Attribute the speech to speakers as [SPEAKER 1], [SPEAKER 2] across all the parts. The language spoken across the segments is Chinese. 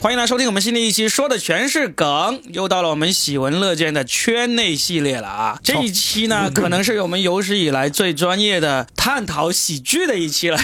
[SPEAKER 1] 欢迎来收听我们新的一期，说的全是梗，又到了我们喜闻乐见的圈内系列了啊！这一期呢， 可能是我们有史以来最专业的探讨喜剧的一期了。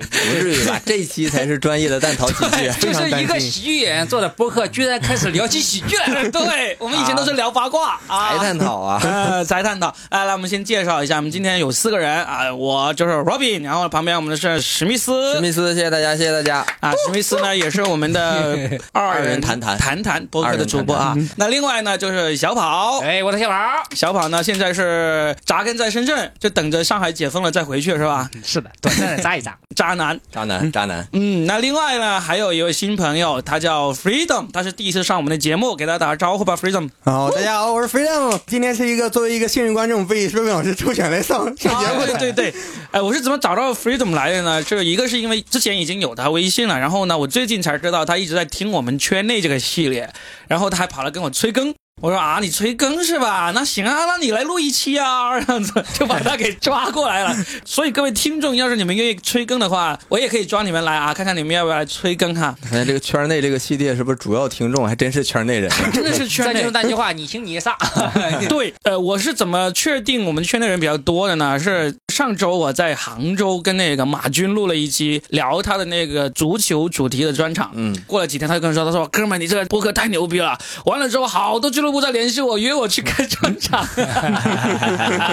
[SPEAKER 2] 不至于吧？ 这一期才是专业的蛋淘喜剧。
[SPEAKER 3] 就是一个喜剧演员做的播客，居然开始聊起喜剧来了。
[SPEAKER 1] 对，我们以前都是聊八卦啊，
[SPEAKER 2] 才 探讨啊，
[SPEAKER 1] 呃，才探讨。哎，来，我们先介绍一下，我们今天有四个人啊、我就是 Robin，然后旁边我们的是史密斯，
[SPEAKER 2] 史密斯，谢谢大家，谢谢大家。
[SPEAKER 1] 啊，史密斯呢也是我们 的二
[SPEAKER 2] 人
[SPEAKER 1] 人
[SPEAKER 2] 谈谈
[SPEAKER 1] 谈谈博客的主播啊。那另外呢就是小跑，
[SPEAKER 3] 哎，我的小宝，
[SPEAKER 1] 小跑呢现在是扎根在深圳，就等着上海解封了再回去是吧？
[SPEAKER 3] 是的，短暂的扎一扎。
[SPEAKER 1] 渣男，
[SPEAKER 2] 渣男，渣男，
[SPEAKER 1] 嗯，那另外呢还有一位新朋友，他叫 Freedom，他是第一次上我们的节目，给大家打个招呼吧，Freedom。
[SPEAKER 4] 好，啊大家好，我是肥亮。今天是一个作为一个幸运观众被瑞文老师抽选来上上节目
[SPEAKER 1] 啊
[SPEAKER 4] 的。
[SPEAKER 1] 对对对，哎，我是怎么找到 Freedom 来的呢？这一个是因为之前已经有他微信了，然后呢，我最近才知道他一直在听我们圈内这个系列，然后他还跑来跟我催更。我说啊，你催更是吧？那行啊，那你来录一期啊， 这样子就把他给抓过来了。所以各位听众，要是你们愿意催更的话，我也可以抓你们来啊，看看你们要不要来催更哈。
[SPEAKER 2] 看来这个圈内这个系列是不是主要听众还真是圈内人？啊
[SPEAKER 1] 真的是圈
[SPEAKER 3] 这就
[SPEAKER 1] 内
[SPEAKER 3] 是那句话，你行你上。
[SPEAKER 1] 对，呃，我是怎么确定我们圈内人比较多的呢？是上周我在杭州跟那个马军录了一期聊他的那个足球主题的专场。
[SPEAKER 2] 嗯，
[SPEAKER 1] 过了几天，他就跟我说：“他说哥们儿，你这个播客太牛逼了！完了之后，好多俱乐部在联系我，约我去开专场。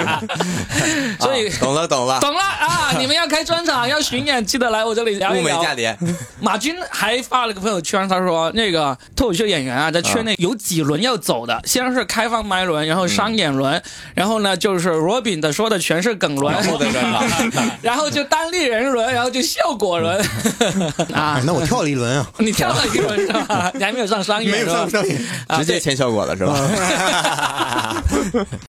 [SPEAKER 1] 所以
[SPEAKER 2] 啊懂了，懂 了，
[SPEAKER 1] 懂了啊！你们要开专场，要巡演，记得来我这里聊一
[SPEAKER 2] 物美
[SPEAKER 1] 聊。
[SPEAKER 2] 价廉。
[SPEAKER 1] 马军还发了个朋友圈，他说那个脱口秀演员啊，在圈内有几轮要走的，先是开放麦轮，然后商演轮，
[SPEAKER 4] 嗯
[SPEAKER 1] 然后呢就是 Robin 的说的全是梗
[SPEAKER 4] 啊
[SPEAKER 1] 轮，
[SPEAKER 2] 然后再专场
[SPEAKER 1] 然后就单立人轮，然后就效果轮啊
[SPEAKER 4] 哎，。那我跳了一轮啊，
[SPEAKER 1] 你跳了一轮是 吧？你还没有上商
[SPEAKER 4] 没
[SPEAKER 1] 演
[SPEAKER 4] 有
[SPEAKER 1] 是吧
[SPEAKER 4] 上？上瘾。
[SPEAKER 1] 啊
[SPEAKER 2] 直接
[SPEAKER 1] 对
[SPEAKER 2] 签效果了是吧？
[SPEAKER 3] 啊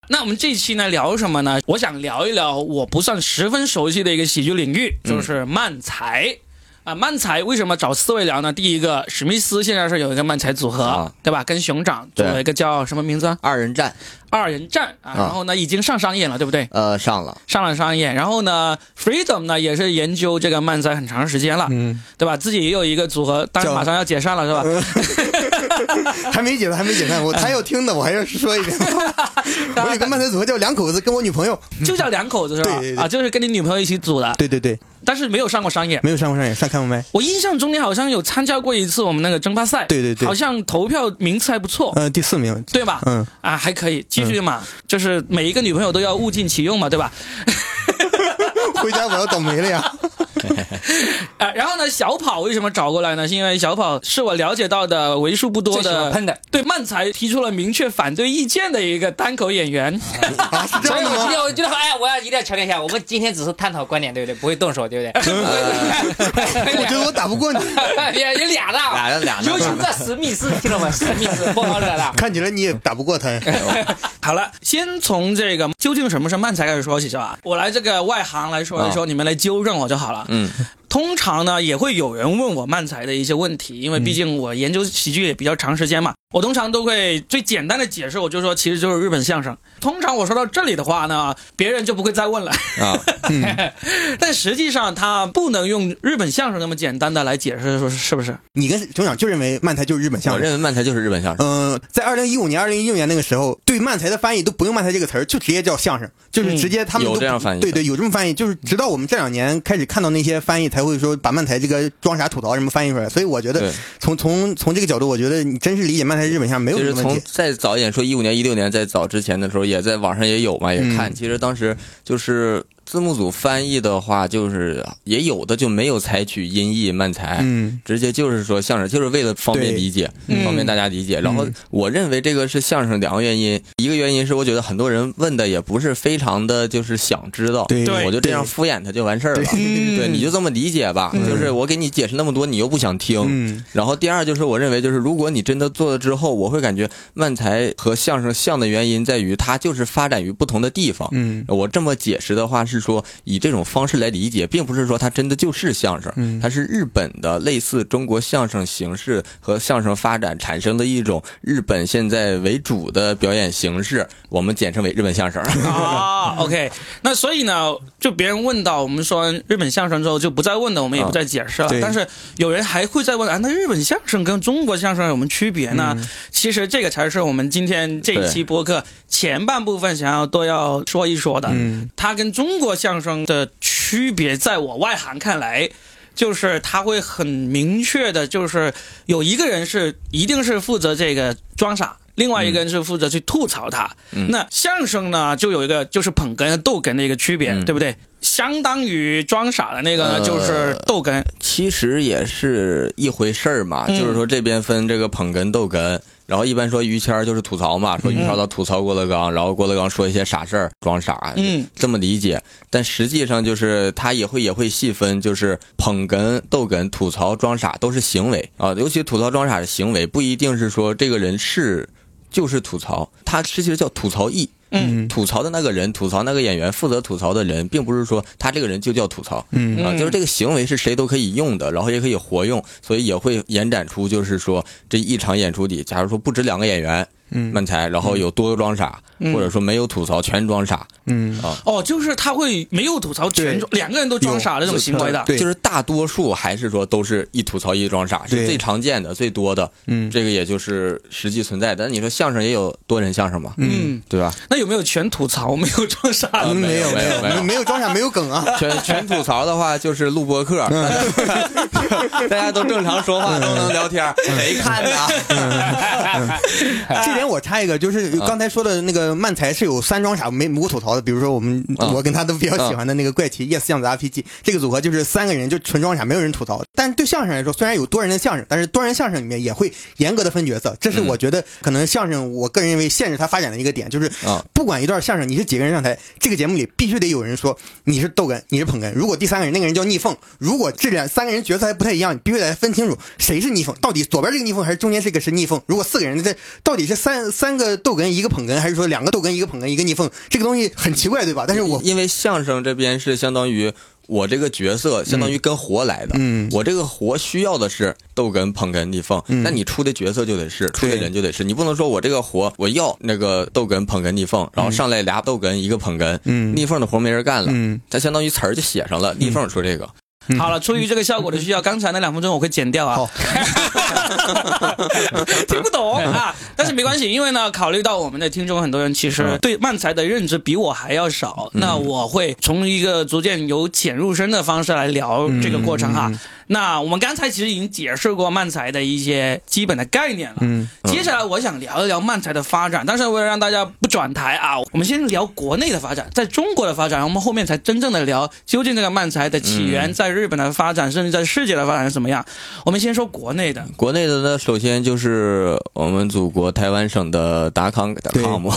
[SPEAKER 1] 那我们这一期呢聊什么呢？我想聊一聊我不算十分熟悉的一个喜剧领域，
[SPEAKER 4] 嗯
[SPEAKER 1] 就是漫才。啊，漫才为什么找四位聊呢？第一个，史密斯现在是有一个漫才组合，
[SPEAKER 2] 啊
[SPEAKER 1] 对吧？跟熊掌组
[SPEAKER 2] 对
[SPEAKER 1] 了一个叫什么名字啊？
[SPEAKER 2] 二人战，
[SPEAKER 1] 二人战啊。
[SPEAKER 2] 啊
[SPEAKER 1] 然后呢，已经上商演了，对不对？
[SPEAKER 2] 呃，上了，
[SPEAKER 1] 上了商演。然后呢，Freedom 呢也是研究这个漫才很长时间了，
[SPEAKER 4] 嗯，
[SPEAKER 1] 对吧？自己也有一个组合，但是
[SPEAKER 4] 叫
[SPEAKER 1] 马上要解散了，是吧？
[SPEAKER 4] 还没解散，还没解散。
[SPEAKER 3] 啊
[SPEAKER 4] 我还要听的，我还要 说一遍。我有个漫才组合叫两口子，跟我女朋友。
[SPEAKER 1] 就叫两口子是吧？
[SPEAKER 4] 对对对
[SPEAKER 1] 啊，就是跟你女朋友一起组的，
[SPEAKER 4] 对对对，
[SPEAKER 1] 但是没有上过商演。
[SPEAKER 4] 没有上过上瘾，上开放麦。
[SPEAKER 1] 我印象中你好像有参加过一次我们那个争霸赛，
[SPEAKER 4] 对对对
[SPEAKER 1] 好像投票名次还不错，
[SPEAKER 4] 嗯、第四名。
[SPEAKER 1] 对吧？
[SPEAKER 4] 嗯，
[SPEAKER 1] 啊，还可以，继续嘛，就是每一个女朋友都要物尽其用嘛，对吧？
[SPEAKER 4] 回家我要倒霉 了呀。
[SPEAKER 1] 啊，然后呢，小跑为什么找过来呢？是因为小跑是我了解到的为数不多
[SPEAKER 3] 最喜欢
[SPEAKER 1] 的
[SPEAKER 3] 喷的，
[SPEAKER 1] 对漫才提出了明确反对意见的一个单口演员。
[SPEAKER 4] 啊，是这
[SPEAKER 3] 所以
[SPEAKER 4] 样
[SPEAKER 3] 我今
[SPEAKER 4] 的吗
[SPEAKER 3] 天？我觉得，哎，我要一定要强调一下，我们今天只是探讨观点，对不对？不会动手，对不嗯对？
[SPEAKER 4] 我觉得我打不过你，
[SPEAKER 3] 也有俩的，
[SPEAKER 2] 呃俩人俩
[SPEAKER 3] 尤其
[SPEAKER 2] 呢。
[SPEAKER 3] 这史密斯，听到吗？史密斯不好惹的。
[SPEAKER 4] 看起来你也打不过他呀。
[SPEAKER 1] 好了，先从这个究竟什么是漫才开始说起，是吧？我来这个外行来
[SPEAKER 4] 啊
[SPEAKER 1] 说一说，你们来纠正我就好了。
[SPEAKER 2] 嗯，
[SPEAKER 1] 通常呢，也会有人问我漫才的一些问题，因为毕竟我研究喜剧也比较长时间嘛。我通常都会最简单的解释，我就说其实就是日本相声。通常我说到这里的话呢，别人就不会再问了。
[SPEAKER 2] 啊，
[SPEAKER 1] 但实际上，它不能用日本相声那么简单的来解释，说是不是？
[SPEAKER 4] 你跟熊掌就认为漫才就是日本相
[SPEAKER 2] 我
[SPEAKER 4] 声。
[SPEAKER 2] 认为漫才就是日本相声。
[SPEAKER 4] 嗯、在二零一五年、二零一六年那个时候，对漫才的翻译都不用“漫才”这个词儿，就直接叫相声，就是直接他
[SPEAKER 2] 嗯
[SPEAKER 4] 们都、
[SPEAKER 2] 有这样翻译的
[SPEAKER 4] 对对，有这么翻译，就是直到我们这两年开始看到那些翻译，才会说把漫才这个装傻吐槽什么翻译出来。所以我觉得
[SPEAKER 2] 对
[SPEAKER 4] 从从从这个角度，我觉得你真是理解漫才日本哎上没有
[SPEAKER 2] 就
[SPEAKER 4] 什
[SPEAKER 2] 是
[SPEAKER 4] 么问
[SPEAKER 2] 从
[SPEAKER 4] 题。
[SPEAKER 2] 再早一点说，一五年、一六年，在早之前的时候，也在网上也有嘛，
[SPEAKER 4] 嗯
[SPEAKER 2] 也看。其实当时就是字幕组翻译的话，就是也有的就没有采取音译漫才，
[SPEAKER 4] 嗯，
[SPEAKER 2] 直接就是说相声，就是为了方便
[SPEAKER 4] 对嗯
[SPEAKER 2] 理解，
[SPEAKER 1] 嗯
[SPEAKER 2] 方便大家理解。然后我认为这个是相声两个原因，一个原因是我觉得很多人问的也不是非常的就是想知道，
[SPEAKER 4] 对
[SPEAKER 1] 对
[SPEAKER 2] 我就这样敷衍他就完事儿了。
[SPEAKER 1] 嗯
[SPEAKER 2] 对，你就这么理解吧，就是我给你解释那么多，你又不想听。
[SPEAKER 4] 嗯
[SPEAKER 2] 然后第二就是，我认为就是，如果你真的做了之后，我会感觉漫才和相声像的原因在于，它就是发展于不同的地方。
[SPEAKER 4] 嗯
[SPEAKER 2] 我这么解释的话，是说以这种方式来理解，并不是说它真的就是相声，
[SPEAKER 4] 嗯
[SPEAKER 2] 它是日本的类似中国相声形式和相声发展产生的一种日本现在为主的表演形式，我们简称为日本相声。
[SPEAKER 1] 啊，OK，那所以呢，就别人问到我们说日本相声之后，就不再问了，我们也不再解释了。
[SPEAKER 4] 嗯对
[SPEAKER 1] 但是有人还会再问啊，那日本相声跟中国相声有什么区别呢？其实这个才是我们今天这一期播客前半部分想要都要说一说的。
[SPEAKER 4] 嗯
[SPEAKER 1] 它跟中国相声的区别，在我外行看来。就是他会很明确的，就是有一个人是一定是负责这个装傻，另外一个人是负责去吐槽他。
[SPEAKER 4] 嗯
[SPEAKER 1] 那相声呢，就有一个就是捧哏和逗哏的一个区别，
[SPEAKER 2] 嗯
[SPEAKER 1] 对不对？相当于装傻的那个呢，
[SPEAKER 2] 呃
[SPEAKER 1] 就是逗哏，
[SPEAKER 2] 其实也是一回事儿嘛，
[SPEAKER 1] 嗯
[SPEAKER 2] 就是说这边分这个捧哏逗哏，然后一般说于谦儿就是吐槽嘛，说于
[SPEAKER 1] 嗯
[SPEAKER 2] 谦儿他吐槽郭德纲，然后郭德纲说一些傻事儿装傻，
[SPEAKER 1] 嗯，
[SPEAKER 2] 这么理解。但实际上就是他也会也会细分，就是捧哏逗哏、吐槽装傻都是行为啊，尤其吐槽装傻的行为不一定是说这个人是就是吐槽，他其实叫吐槽艺。
[SPEAKER 1] 嗯
[SPEAKER 2] 吐槽的那个人，吐槽那个演员，负责吐槽的人，并不是说他这个人就叫吐槽，
[SPEAKER 4] 嗯
[SPEAKER 2] 啊，
[SPEAKER 1] 嗯
[SPEAKER 2] 就是这个行为是谁都可以用的，然后也可以活用，所以也会延展出就是说这一场演出里，假如说不止两个演员
[SPEAKER 4] 嗯
[SPEAKER 2] 慢才，然后有多装傻，
[SPEAKER 1] 嗯
[SPEAKER 2] 或者说没有吐槽全装傻，
[SPEAKER 4] 嗯
[SPEAKER 1] 哦，就是他会没有吐槽，全
[SPEAKER 4] 对
[SPEAKER 1] 两个人都装傻的这种行为的。
[SPEAKER 4] 对
[SPEAKER 2] 就是大多数还是说都是一吐槽一装傻，是
[SPEAKER 4] 对
[SPEAKER 2] 最常见的、最多的，
[SPEAKER 4] 嗯
[SPEAKER 2] 这个也就是实际存在的。但你说相声也有多人相声嘛，
[SPEAKER 4] 嗯，
[SPEAKER 1] 嗯，
[SPEAKER 2] 对吧？
[SPEAKER 1] 那有没有全吐槽，没有装傻的？
[SPEAKER 2] 没
[SPEAKER 4] 没
[SPEAKER 2] 有
[SPEAKER 4] 没
[SPEAKER 2] 没有没有
[SPEAKER 4] 没有装傻，没有梗啊。
[SPEAKER 2] 全全吐槽的话就是录播客，
[SPEAKER 4] 嗯
[SPEAKER 2] 大家都正常说话，都能聊天，
[SPEAKER 4] 嗯
[SPEAKER 2] 谁看啊呢？
[SPEAKER 4] 这点我插一个，就是
[SPEAKER 2] 啊
[SPEAKER 4] 刚才说的那个漫才是有三装傻没无吐槽的，比如说我们、
[SPEAKER 2] 啊
[SPEAKER 4] 我跟他都比较喜欢的那个怪奇 yes 样子 RPG 这个组合，就是三个人就纯装傻，没有人吐槽。但是对相声来说，虽然有多人的相声，但是多人相声里面也会严格的分角色，这
[SPEAKER 2] 嗯
[SPEAKER 4] 是我觉得可能相声我个人认为限制它发展的一个点，就是
[SPEAKER 2] 啊
[SPEAKER 4] 不管一段相声你是几个人上台，这个节目里必须得有人说你是逗哏，你是捧哏。如果第三个人那个人叫逆缝，如果这两三个人角色还不太一样，你必须得分清楚谁是逆缝，到底左边这个逆缝还是中间这个是逆缝。如果四个人这到底是三三个逗哏一个捧哏，还是说两个逗哏一个捧哏一个逆缝？这个东西很奇怪，对吧？但是我
[SPEAKER 2] 因为相声这边是相当于我这个角色，相当于跟活来的。
[SPEAKER 4] 嗯
[SPEAKER 2] 我这个活需要的是逗哏、捧哏、逆缝。那你出的角色就得是，出的人就得是。你不能说我这个活我要那个逗哏、捧哏、逆缝，然后上来俩逗哏一个捧哏，
[SPEAKER 4] 嗯
[SPEAKER 2] 逆缝的活没人干了，
[SPEAKER 4] 嗯
[SPEAKER 2] 它相当于词儿就写上了，逆缝出这个。
[SPEAKER 1] 好了，出于这个效果的需要，刚才那两分钟我会剪掉啊。
[SPEAKER 4] 好
[SPEAKER 1] 听不懂啊，但是没关系，因为呢，考虑到我们的听众很多人其实对漫才的认知比我还要少，那我会从一个逐渐由浅入深的方式来聊这个过程哈。那我们刚才其实已经解释过漫才的一些基本的概念了，
[SPEAKER 4] 嗯
[SPEAKER 1] 接下来我想聊一聊漫才的发展，但是为了让大家不转台啊，我们先聊国内的发展，在中国的发展，我们后面才真正的聊究竟这个漫才的起源，在日本的发展，甚至在世界的发展是怎么样。我们先说国内的，
[SPEAKER 2] 国内的呢，首先就是我们祖国台湾省的达康达
[SPEAKER 4] 对
[SPEAKER 2] 康姆，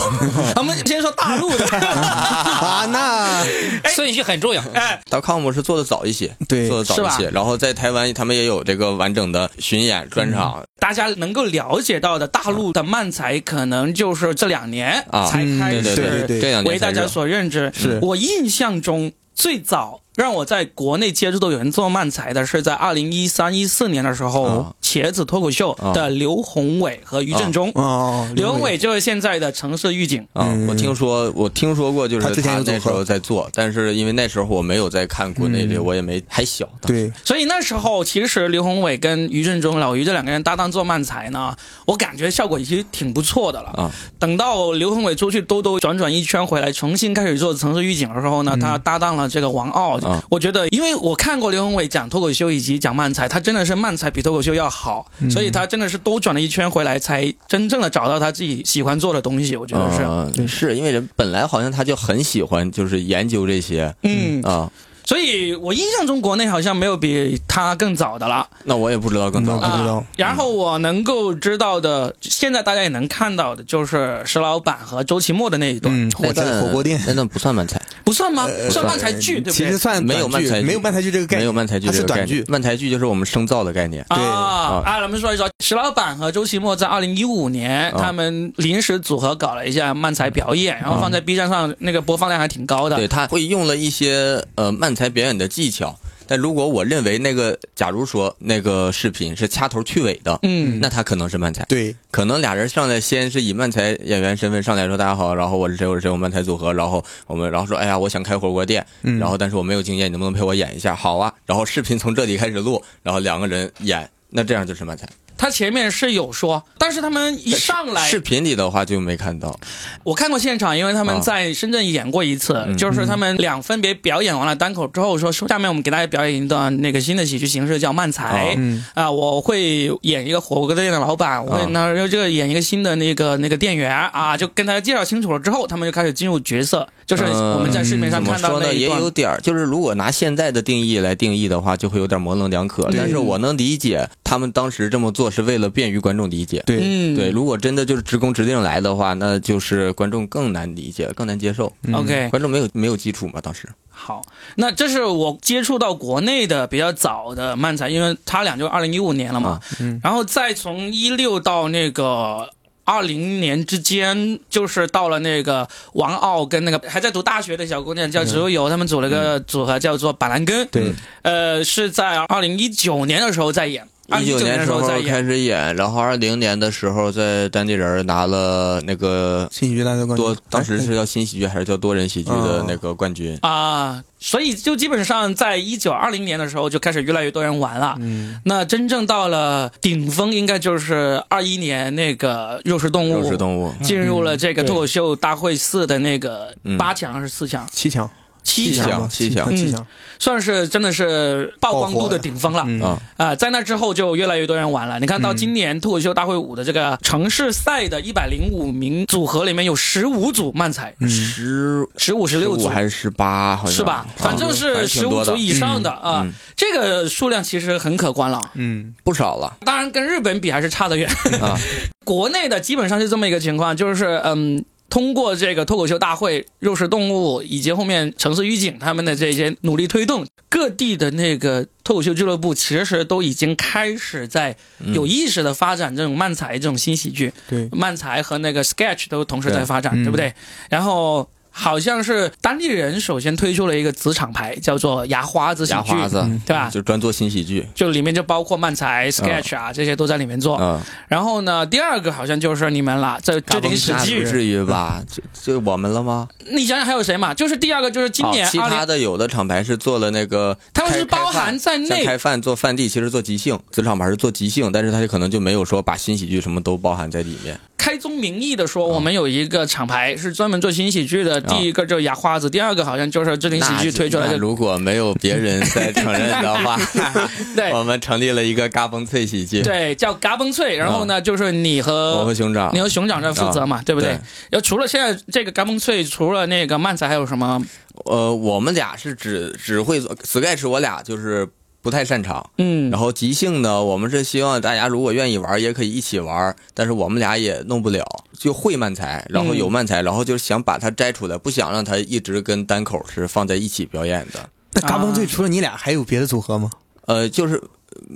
[SPEAKER 1] 我们先说大陆的，
[SPEAKER 4] 啊，那
[SPEAKER 3] 顺序很重要。
[SPEAKER 1] 哎，
[SPEAKER 2] 达康姆是做的早一些，
[SPEAKER 4] 对
[SPEAKER 2] 做的早一
[SPEAKER 1] 是
[SPEAKER 2] 些。然后在台湾，他们也有这个完整的巡演专场，
[SPEAKER 1] 大家能够了解到的大陆的漫才，可能就是这两年
[SPEAKER 2] 啊
[SPEAKER 1] 才开
[SPEAKER 2] 对
[SPEAKER 1] 始、
[SPEAKER 2] 对
[SPEAKER 4] 对对
[SPEAKER 2] 这两
[SPEAKER 1] 嗯为
[SPEAKER 2] 年才
[SPEAKER 1] 大家
[SPEAKER 2] 热
[SPEAKER 1] 所认知。
[SPEAKER 4] 是
[SPEAKER 1] 我印象中最早让我在国内接触到有人做漫才的是在二零一三一四年的时候，
[SPEAKER 2] 啊
[SPEAKER 1] 茄子脱口秀的刘宏伟和于正中。
[SPEAKER 4] 哦，
[SPEAKER 1] 刘宏伟就是现在的城市预警。
[SPEAKER 2] 啊，
[SPEAKER 4] 嗯
[SPEAKER 2] 我听说，我听说过，就是
[SPEAKER 4] 他之前有
[SPEAKER 2] 那
[SPEAKER 4] 组
[SPEAKER 2] 时
[SPEAKER 4] 合
[SPEAKER 2] 候在做，但是因为那时候我没有在看国内这，
[SPEAKER 4] 嗯
[SPEAKER 2] 我也没还小，
[SPEAKER 4] 对，
[SPEAKER 1] 所以那时候，其实刘宏伟跟于正中、老于这两个人搭档做漫才呢，我感觉效果已经挺不错的了。
[SPEAKER 2] 啊，
[SPEAKER 1] 等到刘宏伟出去兜兜转转一圈回来，重新开始做《城市预警》的时候呢，他搭档了这个王傲。
[SPEAKER 2] 嗯啊
[SPEAKER 1] 我觉得，因为我看过刘宏伟讲脱口秀以及讲漫才，他真的是漫才比脱口秀要好，
[SPEAKER 2] 嗯
[SPEAKER 1] 所以他真的是兜转了一圈回来，才真正的找到他自己喜欢做的东西。我觉得是，
[SPEAKER 2] 嗯，是因为人本来好像他就很喜欢，就是研究这些
[SPEAKER 1] 嗯，
[SPEAKER 2] 啊，
[SPEAKER 1] 所以我印象中国内好像没有比他更早的了。
[SPEAKER 2] 那我也不知道更早
[SPEAKER 4] 不
[SPEAKER 2] 了。
[SPEAKER 1] 啊
[SPEAKER 4] 知道
[SPEAKER 1] 然后我能够知道的，现在大家也能看到的，就是石老板和周奇墨的那一段，
[SPEAKER 4] 嗯， 火车
[SPEAKER 2] 那
[SPEAKER 4] 火锅店
[SPEAKER 2] 那那不算慢才，
[SPEAKER 1] 不算吗？算漫才
[SPEAKER 4] 呃
[SPEAKER 2] 嗯
[SPEAKER 1] 剧，对不
[SPEAKER 4] 其实
[SPEAKER 1] 对？
[SPEAKER 4] 算
[SPEAKER 2] 没有
[SPEAKER 4] 短
[SPEAKER 2] 漫才
[SPEAKER 4] 剧
[SPEAKER 2] 剧
[SPEAKER 4] 没有漫才剧这个概念，
[SPEAKER 2] 没有慢才剧
[SPEAKER 4] 它
[SPEAKER 2] 这
[SPEAKER 4] 是
[SPEAKER 2] 个概
[SPEAKER 4] 短剧
[SPEAKER 2] 念。。慢才剧就是我们生造的概念。
[SPEAKER 4] 对
[SPEAKER 1] 啊
[SPEAKER 2] 啊
[SPEAKER 1] 啊！咱们说一说，石老板和周奇墨在二零一五年，
[SPEAKER 2] 啊
[SPEAKER 1] 他们临时组合搞了一下漫才表演，然后放在 B 站上，那个播放量还挺
[SPEAKER 4] 啊
[SPEAKER 1] 高的。
[SPEAKER 2] 对，他会用了一些呃慢才表演的技巧。但如果我认为那个，假如说那个视频是掐头去尾的，
[SPEAKER 1] 嗯
[SPEAKER 2] 那他可能是慢才。
[SPEAKER 4] 对，
[SPEAKER 2] 可能俩人上来先是以漫才演员身份上来说大家好，然后我是谁我是谁，我漫才组合，然后我们然后说哎呀我想开火锅店，
[SPEAKER 4] 嗯
[SPEAKER 2] 然后但是我没有经验，你能不能陪我演一下？好啊，然后视频从这里开始录，然后两个人演，那这样就是漫才。
[SPEAKER 1] 他前面是有说，但是他们一上来
[SPEAKER 2] 视频里的话就没看到，
[SPEAKER 1] 我看过现场，因为他们
[SPEAKER 2] 啊
[SPEAKER 1] 在深圳演过一次，
[SPEAKER 2] 嗯
[SPEAKER 1] 就是他们俩分别表演完了单口之后说，说下面我们给大家表演一段那个新的喜剧形式叫漫才
[SPEAKER 2] 啊
[SPEAKER 4] 嗯
[SPEAKER 1] 啊、我会演一个火锅店的老板，我会
[SPEAKER 2] 啊
[SPEAKER 1] 呢就这个演一个新的那个那个店员啊，就跟大家介绍清楚了之后，他们就开始进入角色，就是
[SPEAKER 2] 嗯
[SPEAKER 1] 我们在视频上
[SPEAKER 2] 怎么
[SPEAKER 1] 看到
[SPEAKER 2] 说
[SPEAKER 1] 那
[SPEAKER 2] 呢？
[SPEAKER 1] 一
[SPEAKER 2] 也
[SPEAKER 1] 段。
[SPEAKER 2] 有点儿，就是如果拿现在的定义来定义的话，就会有点模棱两可。
[SPEAKER 4] 对
[SPEAKER 2] 但是我能理解他们当时这么做是为了便于观众理解。
[SPEAKER 4] 对，
[SPEAKER 1] 嗯，
[SPEAKER 2] 对，如果真的就是直工直定来的话，那就是观众更难理解，更难接受。
[SPEAKER 4] 嗯
[SPEAKER 1] OK，
[SPEAKER 2] 观众没有没有基础嘛，当时
[SPEAKER 1] 好，那这是我接触到国内的比较早的漫才，因为他俩就二零一五年了
[SPEAKER 2] 啊
[SPEAKER 1] 嘛，
[SPEAKER 4] 嗯
[SPEAKER 1] 然后再从一六到那个。二零年之间，就是到了那个王傲跟那个还在读大学的小姑娘
[SPEAKER 2] 嗯
[SPEAKER 1] 叫植物油，他们组了个组合叫做板蓝根，
[SPEAKER 4] 对，
[SPEAKER 1] 呃，是在二零一九年的时候在演，二零
[SPEAKER 2] 啊一九
[SPEAKER 1] 年的
[SPEAKER 2] 时
[SPEAKER 1] 时候
[SPEAKER 2] 候
[SPEAKER 1] 在演，
[SPEAKER 2] 开始演，然后二零年的时候在当地人拿了那个
[SPEAKER 4] 新喜剧大赛冠军
[SPEAKER 2] 多，当时
[SPEAKER 4] 哎
[SPEAKER 2] 是叫新喜剧还是叫多人喜剧
[SPEAKER 1] 哦
[SPEAKER 2] 的那个冠军？
[SPEAKER 1] 啊、所以就基本上在一九二零年的时候就开始越来越多人玩了。嗯，那真正到了顶峰，应该就是二一年那个肉食动物，
[SPEAKER 2] 肉食动物，
[SPEAKER 1] 进入了这个
[SPEAKER 3] 嗯
[SPEAKER 1] 脱口秀大会四的那个
[SPEAKER 2] 嗯
[SPEAKER 1] 八强还是四强、
[SPEAKER 4] 七强，
[SPEAKER 1] 七
[SPEAKER 2] 七
[SPEAKER 1] 强，
[SPEAKER 2] 强
[SPEAKER 4] 吧
[SPEAKER 2] 七
[SPEAKER 4] 七
[SPEAKER 2] 强
[SPEAKER 4] 七
[SPEAKER 1] 嗯
[SPEAKER 4] 强，
[SPEAKER 1] 算是真的是曝光度的顶峰了。
[SPEAKER 4] 嗯
[SPEAKER 2] 啊，
[SPEAKER 1] 啊，在那之后就越来越多人玩了。你看到
[SPEAKER 4] 嗯
[SPEAKER 1] 今年脱口秀大会五的这个城市赛的一百零五名组合里面，有十五组漫才，
[SPEAKER 4] 嗯，
[SPEAKER 2] 十
[SPEAKER 1] 十五、十六
[SPEAKER 2] 五
[SPEAKER 1] 组
[SPEAKER 2] 还是十八，好像
[SPEAKER 1] 是吧？
[SPEAKER 2] 啊
[SPEAKER 1] 反正是
[SPEAKER 2] 挺
[SPEAKER 1] 十五
[SPEAKER 2] 多的
[SPEAKER 1] 组以上的
[SPEAKER 2] 嗯
[SPEAKER 1] 啊，这个数量其实很可观了。
[SPEAKER 4] 嗯，
[SPEAKER 2] 不 少了
[SPEAKER 1] 当然跟日本比还是差得远。
[SPEAKER 2] 啊。
[SPEAKER 1] 国内的基本上是这么一个情况，就是嗯。通过这个脱口秀大会、肉食动物以及后面城市预警他们的这些努力推动，各地的那个脱口秀俱乐部其实都已经开始在
[SPEAKER 2] 嗯
[SPEAKER 1] 有意识的发展这种漫才、这种新喜剧，
[SPEAKER 4] 对，
[SPEAKER 1] 漫才和那个 sketch 都同时在发展，对
[SPEAKER 4] 对嗯
[SPEAKER 1] 不对？然后好像是当地人首先推出了一个子厂牌，叫做牙花子喜
[SPEAKER 2] 牙
[SPEAKER 1] 剧，
[SPEAKER 2] 花子
[SPEAKER 4] 嗯
[SPEAKER 1] 对吧？
[SPEAKER 2] 就专做新喜剧
[SPEAKER 1] 就里面就包括漫才、sketch
[SPEAKER 2] 嗯
[SPEAKER 1] 啊、这些都在里面做。
[SPEAKER 2] 啊，
[SPEAKER 1] 然后呢，第二个好像就是你们了，这这顶史
[SPEAKER 2] 那
[SPEAKER 1] 记
[SPEAKER 2] 不，至于吧？
[SPEAKER 1] 嗯
[SPEAKER 2] 就就我们了吗？
[SPEAKER 1] 你想想还有谁嘛？就是第二个就是今年
[SPEAKER 2] 啊其
[SPEAKER 1] 二零、
[SPEAKER 2] 他的有的厂牌是做了那个开，
[SPEAKER 1] 他们是包
[SPEAKER 2] 开饭
[SPEAKER 1] 含在内
[SPEAKER 2] 像开饭做饭地，其实做即兴，子厂牌是做即兴，但是他就可能就没有说把新喜剧什么都包含在里面。
[SPEAKER 1] 开宗明义的
[SPEAKER 2] 嗯
[SPEAKER 1] 说，我们有一个厂牌是专门做新喜剧的，第一个就是牙花子，第二个好像就是这顶喜剧推出来
[SPEAKER 2] 那
[SPEAKER 1] 的，
[SPEAKER 2] 如果没有别人再承认的话，
[SPEAKER 1] 对
[SPEAKER 2] 我们成立了一个嘎嘣脆喜剧，
[SPEAKER 1] 对，叫嘎嘣脆。然后呢，就是你
[SPEAKER 2] 我
[SPEAKER 1] 和
[SPEAKER 2] 和熊掌
[SPEAKER 1] 你和熊掌在负责嘛，对不对
[SPEAKER 2] 对？
[SPEAKER 1] 要除了现在这个嘎嘣脆，除了那个漫才，还有什么？
[SPEAKER 2] 呃，我们俩是只只会做 sketch，我俩就是不太擅长。
[SPEAKER 1] 嗯
[SPEAKER 2] 然后即兴呢，我们是希望大家如果愿意玩，也可以一起玩，但是我们俩也弄不了，就会慢才，然后有慢才，然后就是想把它摘出来，不想让它一直跟单口是放在一起表演的。
[SPEAKER 4] 那嘎嘣
[SPEAKER 2] 啊
[SPEAKER 4] 脆除了你俩还有别的组合吗？
[SPEAKER 2] 呃，就是呃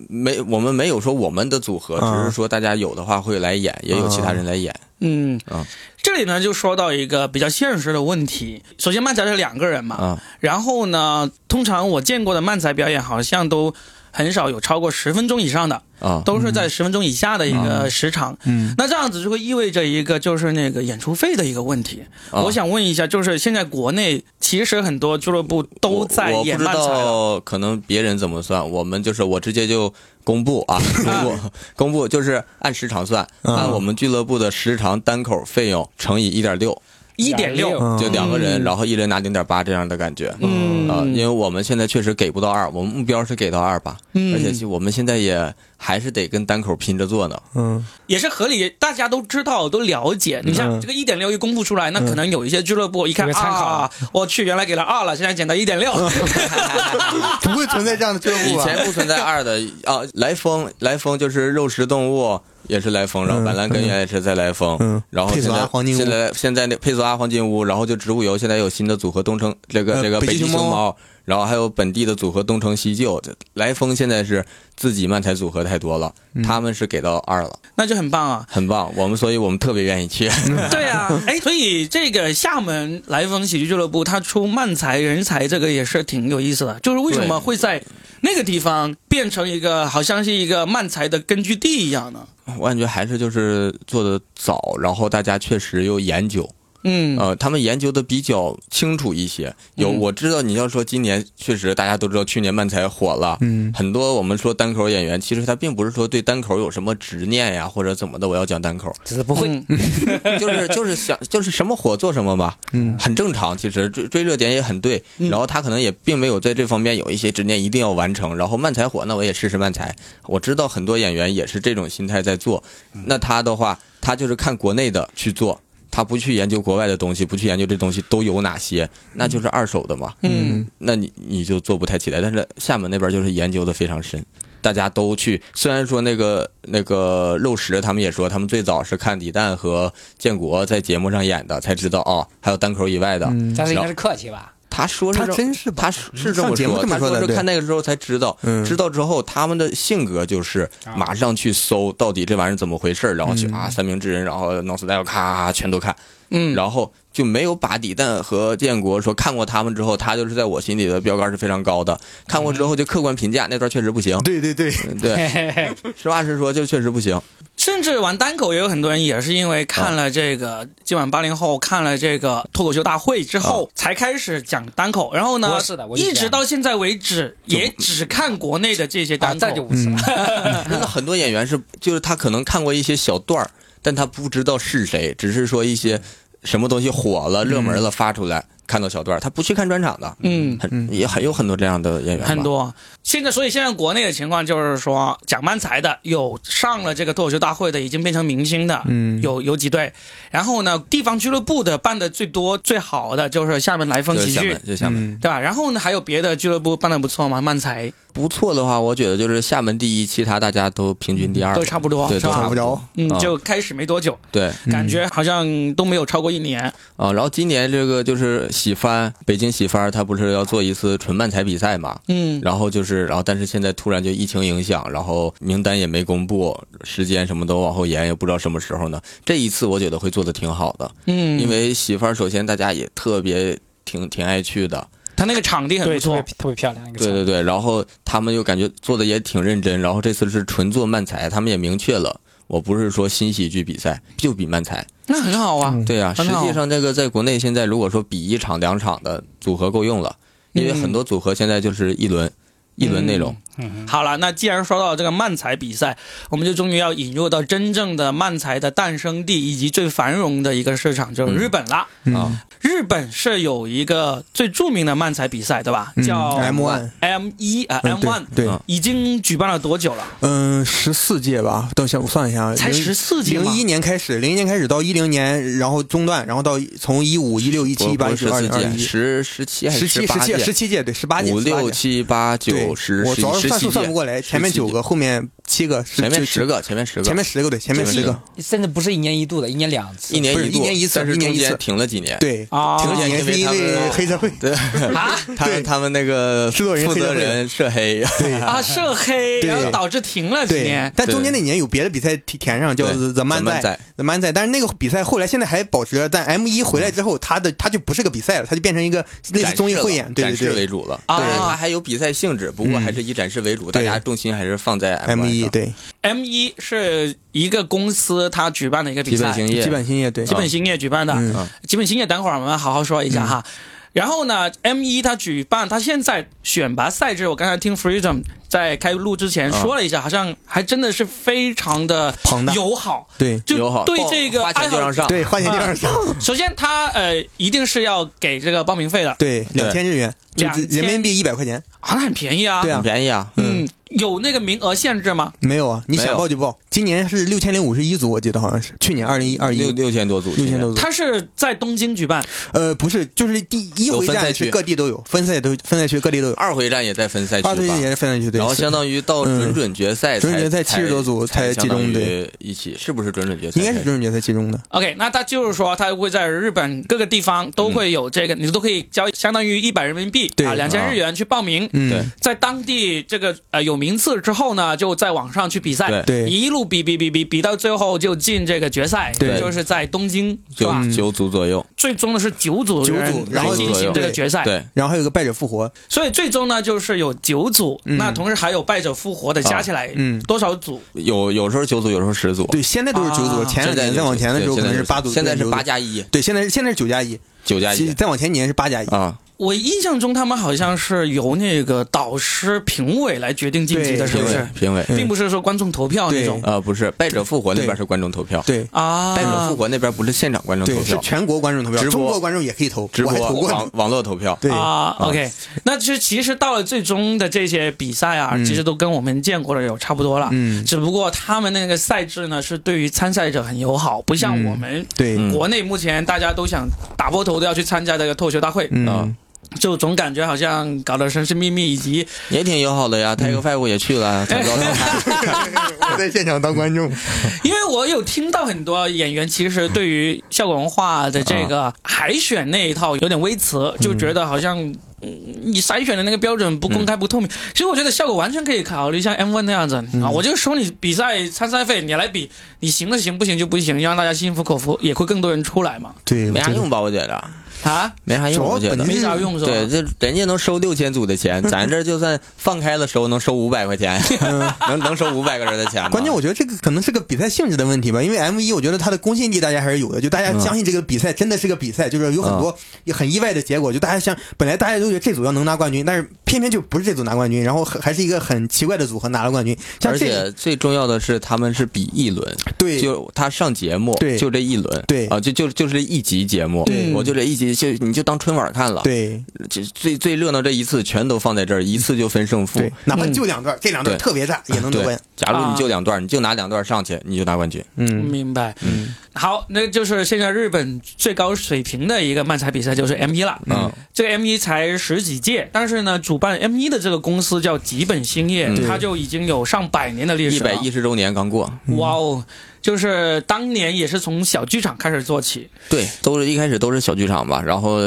[SPEAKER 2] 没我们没有说我们的组合，
[SPEAKER 4] 嗯
[SPEAKER 2] 只是说大家有的话会来演，也有其他人来演。
[SPEAKER 1] 嗯
[SPEAKER 2] 啊，
[SPEAKER 1] 这里呢就说到一个比较现实的问题。首先，漫才是两个人嘛，
[SPEAKER 2] 啊
[SPEAKER 1] 然后呢，通常我见过的漫才表演好像都很少有超过十分钟以上的，
[SPEAKER 2] 啊，
[SPEAKER 1] 都是在十分钟以下的一个时长。
[SPEAKER 4] 嗯，
[SPEAKER 1] 那这样子就会意味着一个就是那个演出费的一个问题。
[SPEAKER 2] 啊
[SPEAKER 1] 我想问一下，就是现在国内其实很多俱乐部都在
[SPEAKER 2] 我我
[SPEAKER 1] 演
[SPEAKER 2] 不知
[SPEAKER 1] 漫才了，
[SPEAKER 2] 道，可能别人怎么算，我们就是我直接就公布 啊，公布公布就是按时长算，
[SPEAKER 4] 嗯
[SPEAKER 2] 按我们俱乐部的时长单口费用乘以一点六，
[SPEAKER 1] 一点六，
[SPEAKER 2] 哦就
[SPEAKER 5] 嗯，
[SPEAKER 2] 两个人，
[SPEAKER 1] 嗯
[SPEAKER 2] 然后一人拿零点八这样的感觉。
[SPEAKER 1] 嗯
[SPEAKER 2] 啊，因为我们现在确实给不到二，我们目标是给到二吧，
[SPEAKER 1] 嗯
[SPEAKER 2] 而且其实我们现在也还是得跟单口拼着做呢。
[SPEAKER 5] 嗯，
[SPEAKER 1] 也是合理，大家都知道都了解。你像
[SPEAKER 5] 嗯
[SPEAKER 1] 这个一点六一公布出来，那可能有一些俱乐部一看
[SPEAKER 3] 有个参考嗯
[SPEAKER 1] 啊，我去原来给了二了，现在减到一点六，
[SPEAKER 4] 不会存在这样的俱乐
[SPEAKER 2] 以
[SPEAKER 4] 部吧？
[SPEAKER 2] 前不存 在二的啊，来风来风就是肉食动物也是来风，然后
[SPEAKER 5] 嗯
[SPEAKER 2] 板蓝根源也是在来风，
[SPEAKER 5] 嗯
[SPEAKER 2] 然后
[SPEAKER 4] 佩索
[SPEAKER 2] 现
[SPEAKER 4] 阿
[SPEAKER 2] 在
[SPEAKER 4] 黄金屋
[SPEAKER 2] 现在现在那佩索阿黄金屋，然后就植物油现在有新的组合东城这个
[SPEAKER 4] 呃
[SPEAKER 2] 这个
[SPEAKER 4] 北
[SPEAKER 2] 极
[SPEAKER 4] 极熊
[SPEAKER 2] 熊
[SPEAKER 4] 猫
[SPEAKER 2] 猫，然后还有本地的组合东城西就，这来风现在是自己漫才组合太多了，
[SPEAKER 4] 嗯
[SPEAKER 2] 他们是给到二了，
[SPEAKER 1] 那就很棒啊。
[SPEAKER 2] 很棒，我们所以我们特别愿意去，
[SPEAKER 4] 嗯
[SPEAKER 1] 对啊， 哎，所以这个厦门来风喜剧俱乐部，它出漫才人才，这个也是挺有意思的。就是为什么会在那个地方变成一个好像是一个漫才的根据地一样呢？
[SPEAKER 2] 我感觉还是就是做的早，然后大家确实又研究，
[SPEAKER 3] 啊
[SPEAKER 1] 嗯，
[SPEAKER 2] 呃，他们研究的比较清楚一些。有、
[SPEAKER 1] 嗯
[SPEAKER 2] 我知道你要说今年确实大家都知道去年漫才火了，
[SPEAKER 5] 嗯
[SPEAKER 2] 很多我们说单口演员，其实他并不是说对单口有什么执念呀或者怎么的，我要讲单口，
[SPEAKER 3] 只是不会
[SPEAKER 1] 嗯
[SPEAKER 2] 就是就是想就是什么火做什么吧，
[SPEAKER 5] 嗯，
[SPEAKER 2] 很正常。其实追追热点也很对，然后他可能也并没有在这方面有一些执念，一定要完成。然后漫才火，那我也试试漫才。我知道很多演员也是这种心态在做。那他的话，他就是看国内的去做。他不去研究国外的东西，不去研究这东西都有哪些，那就是二手的嘛。
[SPEAKER 1] 嗯，
[SPEAKER 2] 那你你就做不太起来。但是厦门那边就是研究的非常深，大家都去。虽然说那个那个肉食，他们也说他们最早是看李诞和建国在节目上演的，才知道哦，还有单口以外的。
[SPEAKER 4] 嗯
[SPEAKER 3] 但是应该是客气吧？
[SPEAKER 2] 他说是
[SPEAKER 5] 他
[SPEAKER 2] 这
[SPEAKER 5] 真是吧
[SPEAKER 2] 他是是这
[SPEAKER 4] 上
[SPEAKER 2] 么
[SPEAKER 4] 节目
[SPEAKER 2] 说，
[SPEAKER 4] 这么
[SPEAKER 2] 他
[SPEAKER 4] 说的
[SPEAKER 2] 是
[SPEAKER 4] 对
[SPEAKER 2] 看那个时候才知道，
[SPEAKER 5] 嗯
[SPEAKER 2] 知道之后他们的性格就是马上去搜到底这玩意儿怎么回事儿，然后去
[SPEAKER 4] 嗯
[SPEAKER 2] 啊三明治人，然后 non style 咔全都看，
[SPEAKER 1] 嗯
[SPEAKER 2] 然后就没有把底蛋和建国说看过他们之后，他就是在我心里的标杆是非常高的，看过之
[SPEAKER 1] 嗯
[SPEAKER 2] 后就客观评价那段确实 不行，
[SPEAKER 4] 对对对，
[SPEAKER 2] 对，实话实说就确实不行，
[SPEAKER 1] 甚至玩单口也有很多人也是因为看了这个，今晚八零后看了这个脱口秀大会之后，才开始讲单口。然后呢
[SPEAKER 3] 啊我是的，我是这
[SPEAKER 1] 一
[SPEAKER 3] 样
[SPEAKER 1] 直到现在为止，也只看国内的这些
[SPEAKER 3] 啊，
[SPEAKER 1] 单
[SPEAKER 3] 这就
[SPEAKER 1] 口。
[SPEAKER 3] 无
[SPEAKER 4] 嗯
[SPEAKER 3] 耻了。
[SPEAKER 1] 嗯
[SPEAKER 2] 真的很多演员是，就是他可能看过一些小段儿，但他不知道是谁，只是说一些什么东西火了、热门了发出来，看到小段儿，他不去看专场的。
[SPEAKER 1] 嗯，
[SPEAKER 2] 很也很有很多这样的演员吧，
[SPEAKER 1] 很多。现在，所以现在国内的情况就是说，讲漫才的有上了这个脱口秀大会的，已经变成明星的，
[SPEAKER 5] 嗯
[SPEAKER 1] 有有几对。然后呢，地方俱乐部的办的最多最好的就是厦门来风
[SPEAKER 2] 就
[SPEAKER 1] 喜
[SPEAKER 2] 是厦
[SPEAKER 1] 剧
[SPEAKER 2] 门，，就厦门、
[SPEAKER 5] 嗯
[SPEAKER 1] 对吧？然后呢，还有别的俱乐部办的不错嘛，漫才
[SPEAKER 2] 不错的话，我觉得就是厦门第一，其他大家都平均第二
[SPEAKER 1] 嗯
[SPEAKER 2] 吧，
[SPEAKER 1] 都差不多，
[SPEAKER 2] 对，
[SPEAKER 1] 是
[SPEAKER 2] 都
[SPEAKER 1] 吧
[SPEAKER 2] 差？
[SPEAKER 4] 不着
[SPEAKER 1] 嗯，
[SPEAKER 2] 啊嗯
[SPEAKER 1] 就开始没多久，
[SPEAKER 2] 对
[SPEAKER 1] 感觉好像都没有超过一年。
[SPEAKER 2] 啊。然后今年这个就是喜番，北京喜番，他不是要做一次纯漫才比赛嘛？
[SPEAKER 1] 嗯，
[SPEAKER 2] 然后就是，然后但是现在突然就疫情影响，然后名单也没公布，时间什么都往后延，也不知道什么时候呢。这一次我觉得会做的挺好的，
[SPEAKER 1] 嗯，
[SPEAKER 2] 因为媳妇儿首先大家也特别挺挺爱去的，
[SPEAKER 1] 他那个场地很不
[SPEAKER 3] 对，特别
[SPEAKER 1] 错，
[SPEAKER 3] 特别漂亮那个
[SPEAKER 2] 对对
[SPEAKER 3] 场。
[SPEAKER 2] 对，然后他们又感觉做的也挺认真，然后这次是纯做漫才，他们也明确了。我不是说新喜剧比赛就比漫才，
[SPEAKER 1] 那很好
[SPEAKER 4] 嗯
[SPEAKER 1] 啊。
[SPEAKER 2] 对呀、
[SPEAKER 1] 很
[SPEAKER 2] 实
[SPEAKER 1] 好
[SPEAKER 2] 际上这个在国内现在如果说比一场两场的组合够用了，因为
[SPEAKER 1] 嗯
[SPEAKER 2] 很多组合现在就是一轮一轮内容，
[SPEAKER 1] 好了，那既然说到这个漫才比赛，我们就终于要引入到真正的漫才的诞生地以及最繁荣的一个市场，就是日本啦。
[SPEAKER 4] 嗯
[SPEAKER 2] 啊，
[SPEAKER 1] 日本是有一个最著名的漫才比赛，对吧？叫
[SPEAKER 4] M One
[SPEAKER 1] M 一啊 M One，
[SPEAKER 5] 对，
[SPEAKER 2] 嗯
[SPEAKER 1] 已经举办了多久了？
[SPEAKER 5] 嗯，十四届吧，等下我算一下，
[SPEAKER 1] 才
[SPEAKER 5] 零
[SPEAKER 1] 十四届吗
[SPEAKER 4] 零一年开始，零一年开始到一零年，然后中断，然后到从一五、一六、一七、一八、一
[SPEAKER 2] 十
[SPEAKER 4] 九、二
[SPEAKER 2] 四
[SPEAKER 4] 零、二
[SPEAKER 2] 届、
[SPEAKER 4] 一、
[SPEAKER 2] 十十七还是
[SPEAKER 4] 十七、
[SPEAKER 2] 八
[SPEAKER 4] 十
[SPEAKER 2] 届
[SPEAKER 4] 七、、十七届，对，十八届、
[SPEAKER 2] 五六
[SPEAKER 4] 18届
[SPEAKER 2] 七八
[SPEAKER 4] 对
[SPEAKER 2] 九十
[SPEAKER 4] 我
[SPEAKER 2] 十
[SPEAKER 4] 主要
[SPEAKER 2] 一
[SPEAKER 4] 是
[SPEAKER 2] 十
[SPEAKER 4] 算
[SPEAKER 2] 七
[SPEAKER 4] 数算不
[SPEAKER 2] 届，
[SPEAKER 4] 过来，前面
[SPEAKER 2] 17届
[SPEAKER 4] 九个，后面七个，十
[SPEAKER 2] 前面
[SPEAKER 4] 就
[SPEAKER 2] 十个，前面十个，
[SPEAKER 4] 前面十个对，前面
[SPEAKER 2] 前
[SPEAKER 4] 十
[SPEAKER 2] 面
[SPEAKER 4] 个，
[SPEAKER 3] 甚至不是一年一度的，一年两次。
[SPEAKER 2] 一年
[SPEAKER 4] 不是
[SPEAKER 2] 一度，
[SPEAKER 4] 一年一次
[SPEAKER 2] 但是
[SPEAKER 4] 一年
[SPEAKER 2] 中
[SPEAKER 4] 一次
[SPEAKER 2] 间停了几年。
[SPEAKER 4] 对，
[SPEAKER 1] 啊
[SPEAKER 4] 停了几年
[SPEAKER 2] 因为
[SPEAKER 4] 是因
[SPEAKER 2] 他们
[SPEAKER 4] 为
[SPEAKER 2] 哦
[SPEAKER 4] 黑社会，
[SPEAKER 2] 对， 他
[SPEAKER 4] 啊对
[SPEAKER 2] 们他们那个
[SPEAKER 4] 制作人
[SPEAKER 2] 负责
[SPEAKER 4] 黑社会
[SPEAKER 2] 人涉黑，
[SPEAKER 4] 对
[SPEAKER 1] 啊，涉黑，
[SPEAKER 4] 对
[SPEAKER 1] 然后导致停了几
[SPEAKER 4] 对
[SPEAKER 1] 年，。
[SPEAKER 4] 但中间那年有别的比赛填填上，叫
[SPEAKER 2] 对
[SPEAKER 4] The Man
[SPEAKER 2] The Man
[SPEAKER 4] 赛
[SPEAKER 2] 赛
[SPEAKER 4] ，The Man 赛，但是那个比赛后来现在还保持着，但 M 一回来之后，它的它就不是个比赛了，它就变成一个类似综艺汇演，对
[SPEAKER 2] 展示
[SPEAKER 4] 对
[SPEAKER 2] 为
[SPEAKER 4] 对
[SPEAKER 2] 主了。
[SPEAKER 1] 啊
[SPEAKER 2] 对，他还有比赛性质，不过还是以展示为主，大
[SPEAKER 4] 对
[SPEAKER 2] 家重心还是放在
[SPEAKER 4] ，M 一
[SPEAKER 2] 上。
[SPEAKER 4] 对，
[SPEAKER 1] M 一是一个公司它举办的一个比
[SPEAKER 2] 基
[SPEAKER 1] 赛
[SPEAKER 2] 本，行业
[SPEAKER 5] 基本兴业对
[SPEAKER 1] 基，本兴业举办的。
[SPEAKER 5] 嗯
[SPEAKER 1] 基本兴业等会儿我们好好说一下哈。然后呢，M 一它举办，它现在选拔赛制，我刚才听 Freedom 在开录之前
[SPEAKER 2] 啊
[SPEAKER 1] 说了一下，好像还真的是非常的
[SPEAKER 4] 庞大
[SPEAKER 1] 友好，
[SPEAKER 5] 对
[SPEAKER 1] 就
[SPEAKER 2] 友好
[SPEAKER 1] 对
[SPEAKER 2] 报
[SPEAKER 1] 这个
[SPEAKER 2] 花钱就让上，
[SPEAKER 4] 对，花钱 就让上，
[SPEAKER 1] 首先他呃一定是要给这个报名费的，
[SPEAKER 4] 对，两千日元，就
[SPEAKER 1] 两千
[SPEAKER 4] 人民币一百块钱，
[SPEAKER 1] 啊，那很便宜啊，
[SPEAKER 4] 对啊
[SPEAKER 2] 很便宜啊，
[SPEAKER 1] 嗯，有那个名额限制吗？
[SPEAKER 4] 没有啊，你
[SPEAKER 2] 没
[SPEAKER 4] 想
[SPEAKER 2] 有
[SPEAKER 4] 报就报。今年是六千零五十一组，我记得好像是，去年二零一二一
[SPEAKER 2] 六六千多组，
[SPEAKER 4] 六千多组，
[SPEAKER 1] 他是在东京举办，
[SPEAKER 4] 呃，不是，就是第一
[SPEAKER 2] 有
[SPEAKER 4] 回
[SPEAKER 2] 分赛
[SPEAKER 4] 站
[SPEAKER 2] 区
[SPEAKER 4] 是各地都有，分赛都分赛区各地都有，
[SPEAKER 2] 二回战也在分赛区吧
[SPEAKER 4] 二十一年是分赛啊区对，
[SPEAKER 2] 然后相当于到准准决赛才，
[SPEAKER 4] 准准决赛
[SPEAKER 2] 才
[SPEAKER 4] 70多组才集中
[SPEAKER 2] 相
[SPEAKER 4] 对，
[SPEAKER 2] 当于一起是不是准准决赛？
[SPEAKER 4] 应该是准准决赛其中的，
[SPEAKER 1] OK，那他就是说，他会在日本各个地方都会有这个，你都可以交相当于一百人民币
[SPEAKER 4] 嗯对
[SPEAKER 1] 啊，两千
[SPEAKER 2] 啊
[SPEAKER 1] 日元去报名。
[SPEAKER 2] 对
[SPEAKER 4] 嗯，
[SPEAKER 1] 在当地这个呃有名次之后呢，就在网上去比赛，
[SPEAKER 4] 对
[SPEAKER 1] 一路比比比比比到最后就进这个决赛，
[SPEAKER 4] 对
[SPEAKER 1] 就是在东京是吧？
[SPEAKER 2] 九
[SPEAKER 4] 嗯
[SPEAKER 2] 九组左右，
[SPEAKER 1] 最终呢是九组
[SPEAKER 4] 九组
[SPEAKER 1] 人
[SPEAKER 4] 然后
[SPEAKER 1] 来进
[SPEAKER 2] 左
[SPEAKER 1] 行
[SPEAKER 2] 右
[SPEAKER 1] 这个决赛，
[SPEAKER 2] 对，
[SPEAKER 4] 然后还有个败者复活，
[SPEAKER 1] 所以最终呢就是有九组，那同时还有败者复活的，加起来
[SPEAKER 4] 嗯
[SPEAKER 1] 多少组？
[SPEAKER 2] 有有时候九组，有时候十组，
[SPEAKER 4] 对，现在都是九组，
[SPEAKER 1] 啊
[SPEAKER 4] 前两
[SPEAKER 2] 现在
[SPEAKER 4] 年再往前的时候可能是八组，
[SPEAKER 2] 现在是
[SPEAKER 4] 九组
[SPEAKER 2] 八，加一，
[SPEAKER 4] 对，现在是现在是九加一，
[SPEAKER 2] 九加一
[SPEAKER 4] 再往前一年是八加一，
[SPEAKER 2] 啊，
[SPEAKER 1] 我印象中他们好像是由那个导师评委来决定晋级的，
[SPEAKER 4] 对
[SPEAKER 1] 是
[SPEAKER 2] 评
[SPEAKER 1] 不
[SPEAKER 2] 委
[SPEAKER 1] 是？
[SPEAKER 2] 评委
[SPEAKER 4] 嗯
[SPEAKER 1] 并不是说观众投票那种
[SPEAKER 2] 啊，不是败者复活那边
[SPEAKER 4] 对
[SPEAKER 2] 是观众投票，
[SPEAKER 4] 对
[SPEAKER 1] 啊。
[SPEAKER 2] 败者复活那边不是现场观众投
[SPEAKER 4] 对，是
[SPEAKER 2] 票，
[SPEAKER 4] 全国观众投票
[SPEAKER 2] 直，播
[SPEAKER 4] 中国观众也可以投，
[SPEAKER 2] 直
[SPEAKER 4] 我还
[SPEAKER 2] 播嗯
[SPEAKER 4] 投过
[SPEAKER 2] 网
[SPEAKER 4] 呢，
[SPEAKER 2] 网络投票，
[SPEAKER 4] 对
[SPEAKER 1] 啊，OK，那其实其实到了最终的这些比赛啊，其实都跟我们见过的有差不多了，
[SPEAKER 4] 嗯
[SPEAKER 1] 只不过他们那个赛制呢是对于参赛者很友好，不像我们
[SPEAKER 4] 对，
[SPEAKER 2] 嗯
[SPEAKER 1] 国内目前大家都想打破头都要去参加这个脱口秀大会，
[SPEAKER 4] 嗯
[SPEAKER 2] 啊，
[SPEAKER 1] 就总感觉好像搞得神神秘秘，以及
[SPEAKER 2] 也挺友好的呀，Tiger Five 也去
[SPEAKER 4] 嗯
[SPEAKER 2] 了，怎么 着
[SPEAKER 4] 我在现场当观众，
[SPEAKER 1] 因为我有听到很多演员其实对于效果文化的这个海选那一套有点微词，就觉得好像。嗯你筛选的那个标准不公开不透明，其实我觉得效果完全可以考虑像 M1 那样子、啊，我就收你比赛参赛费，你来比，你行的行，不行就不行，让大家心服口服，也会更多人出来嘛。
[SPEAKER 4] 对，
[SPEAKER 2] 没啥
[SPEAKER 4] 我觉得
[SPEAKER 2] 用吧？我觉得
[SPEAKER 1] 啊，
[SPEAKER 2] 没啥用，我觉
[SPEAKER 4] 哎主
[SPEAKER 2] 得
[SPEAKER 4] 要本。
[SPEAKER 1] 没啥用是吧？
[SPEAKER 2] 对，这人家能收六千组的钱，咱这就算放开了收，能收五百块 钱，能能收五百个人的钱吗？
[SPEAKER 4] 关键我觉得这个可能是个比赛性质的问题吧，因为 M 一我觉得它的公信力大家还是有的，就大家相信这个比赛真的是个比赛，就是有很多也很意外的结果，就大家想本来大家都觉得这组要能拿冠军，但是偏偏就不是这组拿冠军，然后还还是一个很奇怪的组合拿了冠军，像
[SPEAKER 2] 而
[SPEAKER 4] 这
[SPEAKER 2] 且最重要的是，他们是比一轮，
[SPEAKER 4] 对
[SPEAKER 2] 就他上节目，
[SPEAKER 4] 对
[SPEAKER 2] 就这一轮，
[SPEAKER 4] 对
[SPEAKER 2] 啊，就就就是一集节目，
[SPEAKER 4] 对
[SPEAKER 2] 我就这一集就你就当春晚看了，，
[SPEAKER 4] 对
[SPEAKER 2] 这最最热闹这一次全都放在这儿，一次就分胜负
[SPEAKER 4] 对，，哪怕就两段，这两段
[SPEAKER 2] 对
[SPEAKER 4] 特别炸也能得
[SPEAKER 2] 对
[SPEAKER 4] 冠，。啊
[SPEAKER 2] 假如你就两段，你就拿两段上去，你就拿冠军，
[SPEAKER 4] 嗯，
[SPEAKER 1] 明白，嗯，好，那就是现在日本最高水平的一个漫才比赛就是 M 一了，
[SPEAKER 2] 嗯，
[SPEAKER 1] 这个 M 一才十几届，但是呢，主办 M 一的这个公司叫吉本兴业，
[SPEAKER 2] 嗯
[SPEAKER 1] 它就已经有上百年的历
[SPEAKER 2] 一
[SPEAKER 4] 啊
[SPEAKER 1] 史了，
[SPEAKER 2] 百一十周年刚过，
[SPEAKER 1] 哇哦，就是当年也是从小剧场开始做起，
[SPEAKER 2] 对，都是一开始都是小剧场吧，然后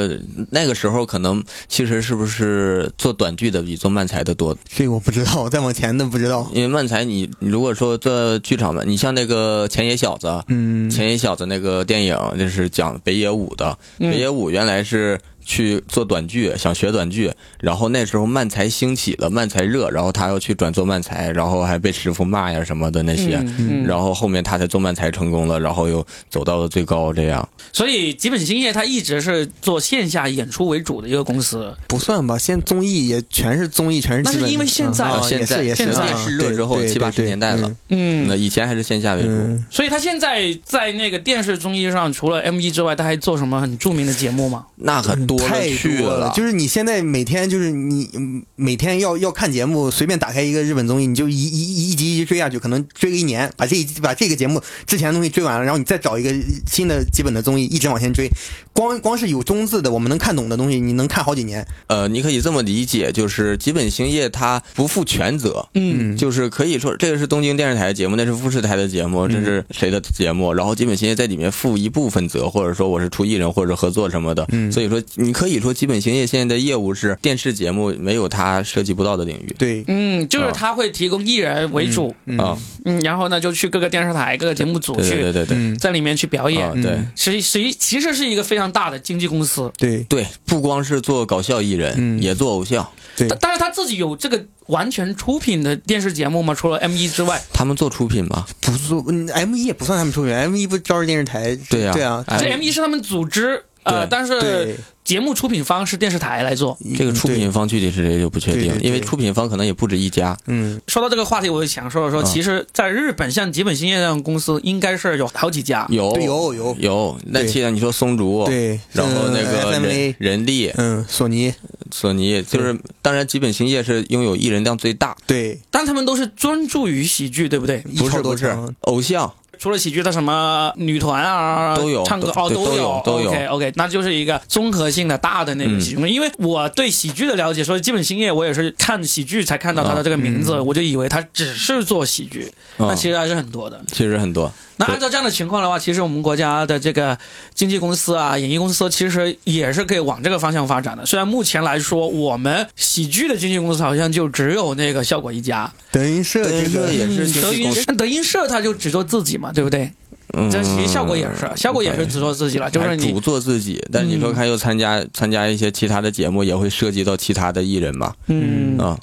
[SPEAKER 2] 那个时候可能其实是不是做短剧的比做漫才的多，
[SPEAKER 4] 这个我不知道，再往前的不知道，
[SPEAKER 2] 因为漫才你你如果说做剧场吧，你像那个前野小子，啊
[SPEAKER 4] 嗯，
[SPEAKER 2] 前野小子那个电影就是讲北野武的，
[SPEAKER 1] 嗯
[SPEAKER 2] 北野武原来是。去做短剧，想学短剧，然后那时候漫才兴起了，漫才热，然后他要去转做漫才，然后还被师傅骂哎呀什么的那些，
[SPEAKER 1] 嗯嗯
[SPEAKER 2] 然后后面他才做漫才成功了，然后又走到了最高，这样
[SPEAKER 1] 所以吉本兴业它一直是做线下演出为主的一个公司，
[SPEAKER 4] 不算吧，现在综艺也全是综艺，全是
[SPEAKER 1] 那是
[SPEAKER 4] 基本
[SPEAKER 1] 因为现在
[SPEAKER 4] 啊
[SPEAKER 1] 啊
[SPEAKER 4] 也
[SPEAKER 2] 现在
[SPEAKER 4] 是也是
[SPEAKER 1] 现在
[SPEAKER 4] 啊
[SPEAKER 2] 电视热之后
[SPEAKER 4] 对
[SPEAKER 2] 七八十
[SPEAKER 4] 对
[SPEAKER 2] 年代了，
[SPEAKER 1] 嗯
[SPEAKER 2] 那以前还是线下为主，
[SPEAKER 4] 嗯，
[SPEAKER 1] 所以他现在在那个电视综艺上，除了 M 一之外，他还做什么很著名的节目吗？
[SPEAKER 2] 那可多了
[SPEAKER 4] 嗯太
[SPEAKER 2] 去
[SPEAKER 4] 多了，就是是你现在每天就是你嗯每天要要看节目，随便打开一个日本综艺，你就一一一集一集追下去，可能追个一年，把这一把这个节目之前的东西追完了，然后你再找一个新的基本的综艺，一直往前追。光光是有中字的，我们能看懂的东西，你能看好几年。
[SPEAKER 2] 呃，你可以这么理解，就是基本兴业它不负全责，
[SPEAKER 1] 嗯，
[SPEAKER 2] 就是可以说这个是东京电视台的节目，那是富士台的节目，这
[SPEAKER 4] 嗯
[SPEAKER 2] 是谁的节目？然后基本兴业在里面负一部分责，或者说我是出艺人或者合作什么的，
[SPEAKER 4] 嗯
[SPEAKER 2] 所以说你可以说基本兴业现在的业务是电视节目没有它涉及不到的领域。
[SPEAKER 4] 对，
[SPEAKER 1] 嗯，就是他会提供艺人为主，
[SPEAKER 2] 啊，
[SPEAKER 1] 嗯，然后呢就去各个电视台、各个节目组
[SPEAKER 2] 对对
[SPEAKER 1] 去
[SPEAKER 2] 对对
[SPEAKER 4] 嗯
[SPEAKER 2] 对，
[SPEAKER 1] 在里面去表
[SPEAKER 2] 啊
[SPEAKER 1] 演，
[SPEAKER 2] 对
[SPEAKER 1] 实实其实是一个非常大的经纪公司，
[SPEAKER 4] 对
[SPEAKER 2] 对，不光是做搞笑艺人，
[SPEAKER 4] 嗯
[SPEAKER 2] 也做偶像，
[SPEAKER 4] 对
[SPEAKER 1] 但但是他自己有这个完全出品的电视节目吗？除了 M 一之外，
[SPEAKER 2] 他们做出品吧？
[SPEAKER 4] 不做嗯 M 一也不算他们出名，M 一不招着电视台，
[SPEAKER 2] 对呀
[SPEAKER 4] 对啊，
[SPEAKER 2] 哎
[SPEAKER 1] 这 M 一是他们组织。呃，
[SPEAKER 2] 对
[SPEAKER 1] 但是
[SPEAKER 4] 对
[SPEAKER 1] 节目出品方是电视台来做。
[SPEAKER 2] 这个出品方具体是谁就不确
[SPEAKER 4] 嗯对
[SPEAKER 2] 定，
[SPEAKER 4] 对
[SPEAKER 2] 因为
[SPEAKER 4] 对
[SPEAKER 2] 出品方可能也不止一家。
[SPEAKER 4] 嗯，
[SPEAKER 1] 说到这个话题，我就想说说，
[SPEAKER 2] 嗯
[SPEAKER 1] 其实在日本，像吉本兴业这样公司，应该是有好几家。
[SPEAKER 2] 有
[SPEAKER 4] 对有有
[SPEAKER 2] 有，那
[SPEAKER 4] 对
[SPEAKER 2] 既然你说松竹，
[SPEAKER 5] 对
[SPEAKER 2] 哦然后那个
[SPEAKER 4] 嗯
[SPEAKER 2] 人
[SPEAKER 4] FMA
[SPEAKER 2] 人力、
[SPEAKER 5] 嗯，索尼
[SPEAKER 2] 索尼，就是当然吉本兴业是拥有艺人量最大，
[SPEAKER 5] 对，
[SPEAKER 1] 但他们都是专注于喜剧，对不对？
[SPEAKER 5] 一
[SPEAKER 2] 不是
[SPEAKER 5] 超多
[SPEAKER 2] 不是
[SPEAKER 5] 强
[SPEAKER 2] 偶像，
[SPEAKER 1] 除了喜剧，它什么女团啊
[SPEAKER 2] 都有
[SPEAKER 1] 唱歌哦
[SPEAKER 2] 对都
[SPEAKER 1] 有
[SPEAKER 2] 有都有嗯
[SPEAKER 1] OK OK，那就是一个综合性的大的那种喜剧。因为我对喜剧的了解，所以基本兴业我也是看喜剧才看到它的这个名字，我就以为它只是做喜剧，
[SPEAKER 2] 嗯
[SPEAKER 1] 那其实还是很多的。
[SPEAKER 2] 确实很多。
[SPEAKER 1] 那
[SPEAKER 2] 对
[SPEAKER 1] 按照这样的情况的话，其实我们国家的这个经纪公司啊、演艺公司，其实也是可以往这个方向发展的。虽然目前来说，我们喜剧的经纪公司好像就只有那个效果一家，
[SPEAKER 4] 德云社
[SPEAKER 2] 德
[SPEAKER 4] 这
[SPEAKER 2] 云社
[SPEAKER 4] 个
[SPEAKER 2] 也是
[SPEAKER 1] 嗯
[SPEAKER 2] 经
[SPEAKER 1] 德
[SPEAKER 2] 纪公
[SPEAKER 1] 云
[SPEAKER 2] 司，
[SPEAKER 1] 社德云社，它就只做自己嘛，对不对？
[SPEAKER 2] 嗯
[SPEAKER 1] 这其实效果也是，效果也是只做自己了，就是
[SPEAKER 2] 主
[SPEAKER 1] 你，嗯
[SPEAKER 2] 做自己，但是你说看又参加参加一些其他的节目，也会涉及到其他的艺人吧？
[SPEAKER 1] 嗯，
[SPEAKER 2] 啊，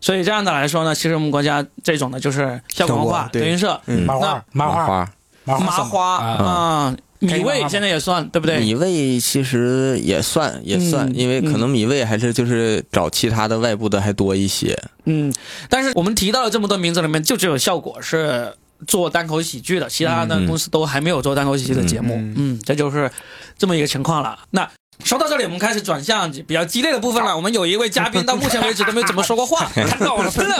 [SPEAKER 1] 所以这样的来说呢，其实我们国家这种的就是效果文
[SPEAKER 5] 效
[SPEAKER 1] 化
[SPEAKER 5] 果、对
[SPEAKER 1] 德云社、
[SPEAKER 5] 嗯
[SPEAKER 3] 麻花
[SPEAKER 1] 那，
[SPEAKER 3] 麻花，
[SPEAKER 2] 花
[SPEAKER 3] 麻
[SPEAKER 1] 麻花
[SPEAKER 3] 啊，
[SPEAKER 1] 啊、米
[SPEAKER 3] 可以
[SPEAKER 1] 未
[SPEAKER 3] 吗
[SPEAKER 1] 现在也算，对不对？
[SPEAKER 2] 米未其实也算也算，
[SPEAKER 1] 嗯
[SPEAKER 2] 因为可能米未还是就是找其他的外部的还多一些。
[SPEAKER 1] 嗯，但是我们提到了这么多名字里面，就只有效果是做单口喜剧的，其他的
[SPEAKER 2] 嗯
[SPEAKER 1] 公司都还没有做单口喜剧的节目。嗯
[SPEAKER 5] 嗯
[SPEAKER 1] 这就是这么一个情况了。那。说到这里，我们开始转向比较激烈的部分了。我们有一位嘉宾到目前为止都没有怎么说过话，
[SPEAKER 3] 看到了，真的，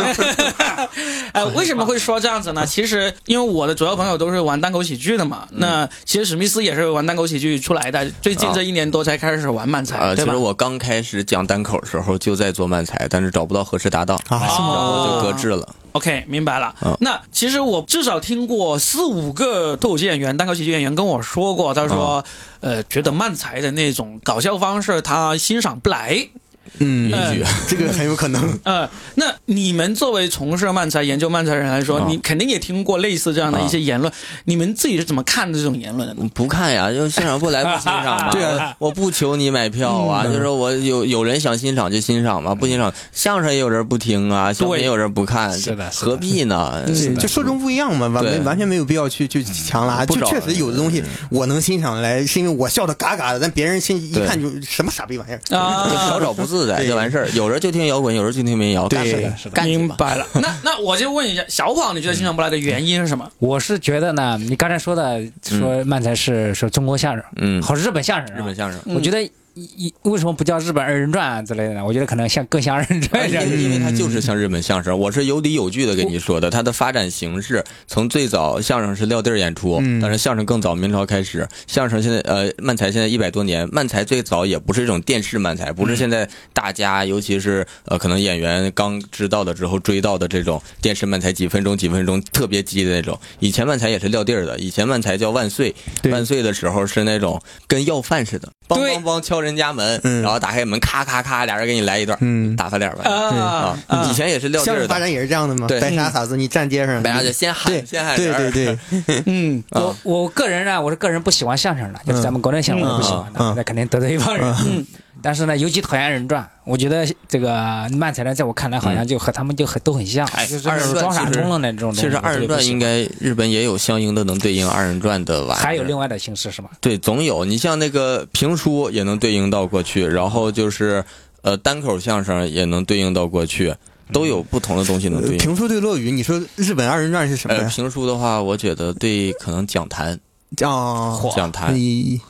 [SPEAKER 1] 呃，为什么会说这样子 呢？其实因为我的主要朋友都是玩单口喜剧的
[SPEAKER 2] 嗯
[SPEAKER 1] 嘛，那其实史密斯也是玩单口喜剧出来的，最近这一年多才开始玩漫才，
[SPEAKER 2] 啊，
[SPEAKER 1] 对
[SPEAKER 2] 其
[SPEAKER 1] 吧
[SPEAKER 2] 实？我刚开始讲单口的时候就在做漫才，但是找不到合适搭档，
[SPEAKER 5] 啊，是
[SPEAKER 1] 哦
[SPEAKER 5] 吗？
[SPEAKER 2] 然后就搁置了。
[SPEAKER 1] OK，明白了。
[SPEAKER 2] 嗯
[SPEAKER 1] 那其实我至少听过四五个脱口秀演员、单口喜剧演员跟我说过，他
[SPEAKER 2] 啊
[SPEAKER 1] 说，呃，觉得漫才的那种搞笑方式他欣赏不来。
[SPEAKER 5] 嗯
[SPEAKER 2] 也许
[SPEAKER 4] 这个很有可 能，
[SPEAKER 1] 呃，那你们作为从事漫才、研究漫才的人来说，
[SPEAKER 2] 嗯
[SPEAKER 1] 你肯定也听过类似这样的一
[SPEAKER 2] 啊
[SPEAKER 1] 些言论，你们自己是怎么看这种言论的呢？
[SPEAKER 2] 不看呀，就欣赏不来不欣赏 嘛。
[SPEAKER 5] 对啊，
[SPEAKER 2] 我不求你买票啊，就是我有有人想欣赏就欣赏嘛，不欣赏相声也有人不听啊，相声也有人不看，
[SPEAKER 3] 是的是的
[SPEAKER 2] 何必 呢？
[SPEAKER 5] 是
[SPEAKER 4] 对，
[SPEAKER 5] 的
[SPEAKER 4] 就受众不一样嘛，完
[SPEAKER 2] 对嗯
[SPEAKER 4] 完全没有必要去去强拉。
[SPEAKER 2] 不
[SPEAKER 4] 就
[SPEAKER 2] 找
[SPEAKER 4] 确实有的东西我能欣赏来，是因为我笑的嘎嘎的，但别人心一
[SPEAKER 2] 对
[SPEAKER 4] 看就什么傻逼玩意儿。
[SPEAKER 1] 啊，
[SPEAKER 2] 就少找不自在
[SPEAKER 4] 对
[SPEAKER 2] 就完事儿。有人就听摇滚，有人就听民谣，
[SPEAKER 4] 对
[SPEAKER 2] 干
[SPEAKER 4] 是
[SPEAKER 2] 什
[SPEAKER 4] 的
[SPEAKER 2] 么
[SPEAKER 3] 是的
[SPEAKER 2] 干什
[SPEAKER 1] 明
[SPEAKER 2] 么？
[SPEAKER 1] 白了。 那那我就问一下，小跑，你觉得欣赏不来的原因是什么？
[SPEAKER 3] 我是觉得呢，你刚才说的说漫才是说中国相声，
[SPEAKER 2] 嗯，
[SPEAKER 3] 好日本相声，啊
[SPEAKER 2] 日本。相声，
[SPEAKER 3] 我觉得一一为什么不叫日本二人转啊之类的呢？我觉得可能像更像二人转一
[SPEAKER 2] 因
[SPEAKER 5] 哎
[SPEAKER 3] 点。
[SPEAKER 2] 为因为它
[SPEAKER 5] 嗯
[SPEAKER 2] 就是像日本相声，我是有理有据的跟你说的。它的发展形式，从最早相声是撂地儿演出，
[SPEAKER 5] 嗯
[SPEAKER 2] 但是相声更早，明朝开始。相声现在呃，漫才现在一百多年，漫才最早也不是一种电视漫才，不
[SPEAKER 5] 嗯
[SPEAKER 2] 是现在大家、尤其是呃可能演员刚知道的之后追到的这种电视漫才几分钟几分钟特别激的那种。以前漫才也是撂地儿的，以前漫才叫万岁，
[SPEAKER 5] 对
[SPEAKER 2] 万岁的时候是那种跟要饭似的，梆
[SPEAKER 1] 对
[SPEAKER 2] 梆梆敲人家门，
[SPEAKER 5] 嗯
[SPEAKER 2] 然后打开门咔咔咔，俩人给你来一段。
[SPEAKER 5] 嗯，
[SPEAKER 2] 打翻脸吧
[SPEAKER 1] 啊
[SPEAKER 2] 以前也是撂地
[SPEAKER 4] 相
[SPEAKER 2] 儿
[SPEAKER 4] 声发
[SPEAKER 2] 的，
[SPEAKER 4] 展也是这样的嘛，
[SPEAKER 2] 对
[SPEAKER 4] 白沙撒子，你站街上，
[SPEAKER 2] 大家就先喊，
[SPEAKER 4] 对
[SPEAKER 2] 先喊
[SPEAKER 4] 对
[SPEAKER 2] 人儿
[SPEAKER 4] 对 对，
[SPEAKER 1] 嗯，
[SPEAKER 3] 我我个人呢，我是个人不喜欢相声
[SPEAKER 2] 嗯
[SPEAKER 3] 的，就是咱们国内相声我不喜欢的
[SPEAKER 5] 嗯嗯，
[SPEAKER 3] 那肯定得罪一帮人。
[SPEAKER 1] 嗯
[SPEAKER 3] 但是呢，尤其讨厌二人转，我觉得这个漫才呢，在我看来好
[SPEAKER 2] 嗯
[SPEAKER 3] 像就和他们就很都很像，
[SPEAKER 2] 哎
[SPEAKER 3] 就是
[SPEAKER 2] 二人转
[SPEAKER 3] 装傻
[SPEAKER 2] 其实
[SPEAKER 3] 充愣的这种东西。
[SPEAKER 2] 其实
[SPEAKER 3] 我特别
[SPEAKER 2] 二人转应
[SPEAKER 3] 不喜
[SPEAKER 2] 该日本也有相应的能对应二人转的玩意
[SPEAKER 3] 欢
[SPEAKER 2] 儿，
[SPEAKER 3] 还有另外的形式是吗？
[SPEAKER 2] 对，总有。你像那个评书也能对应到过去，然后就是呃单口相声也能对应到过去，都有不同的东西能嗯对应。
[SPEAKER 4] 评书对落语，你说日本二人转是什么
[SPEAKER 2] 呃，
[SPEAKER 4] 呀？
[SPEAKER 2] 评书的话，我觉得对可能讲坛，
[SPEAKER 4] 啊，
[SPEAKER 2] 讲坛。
[SPEAKER 4] 你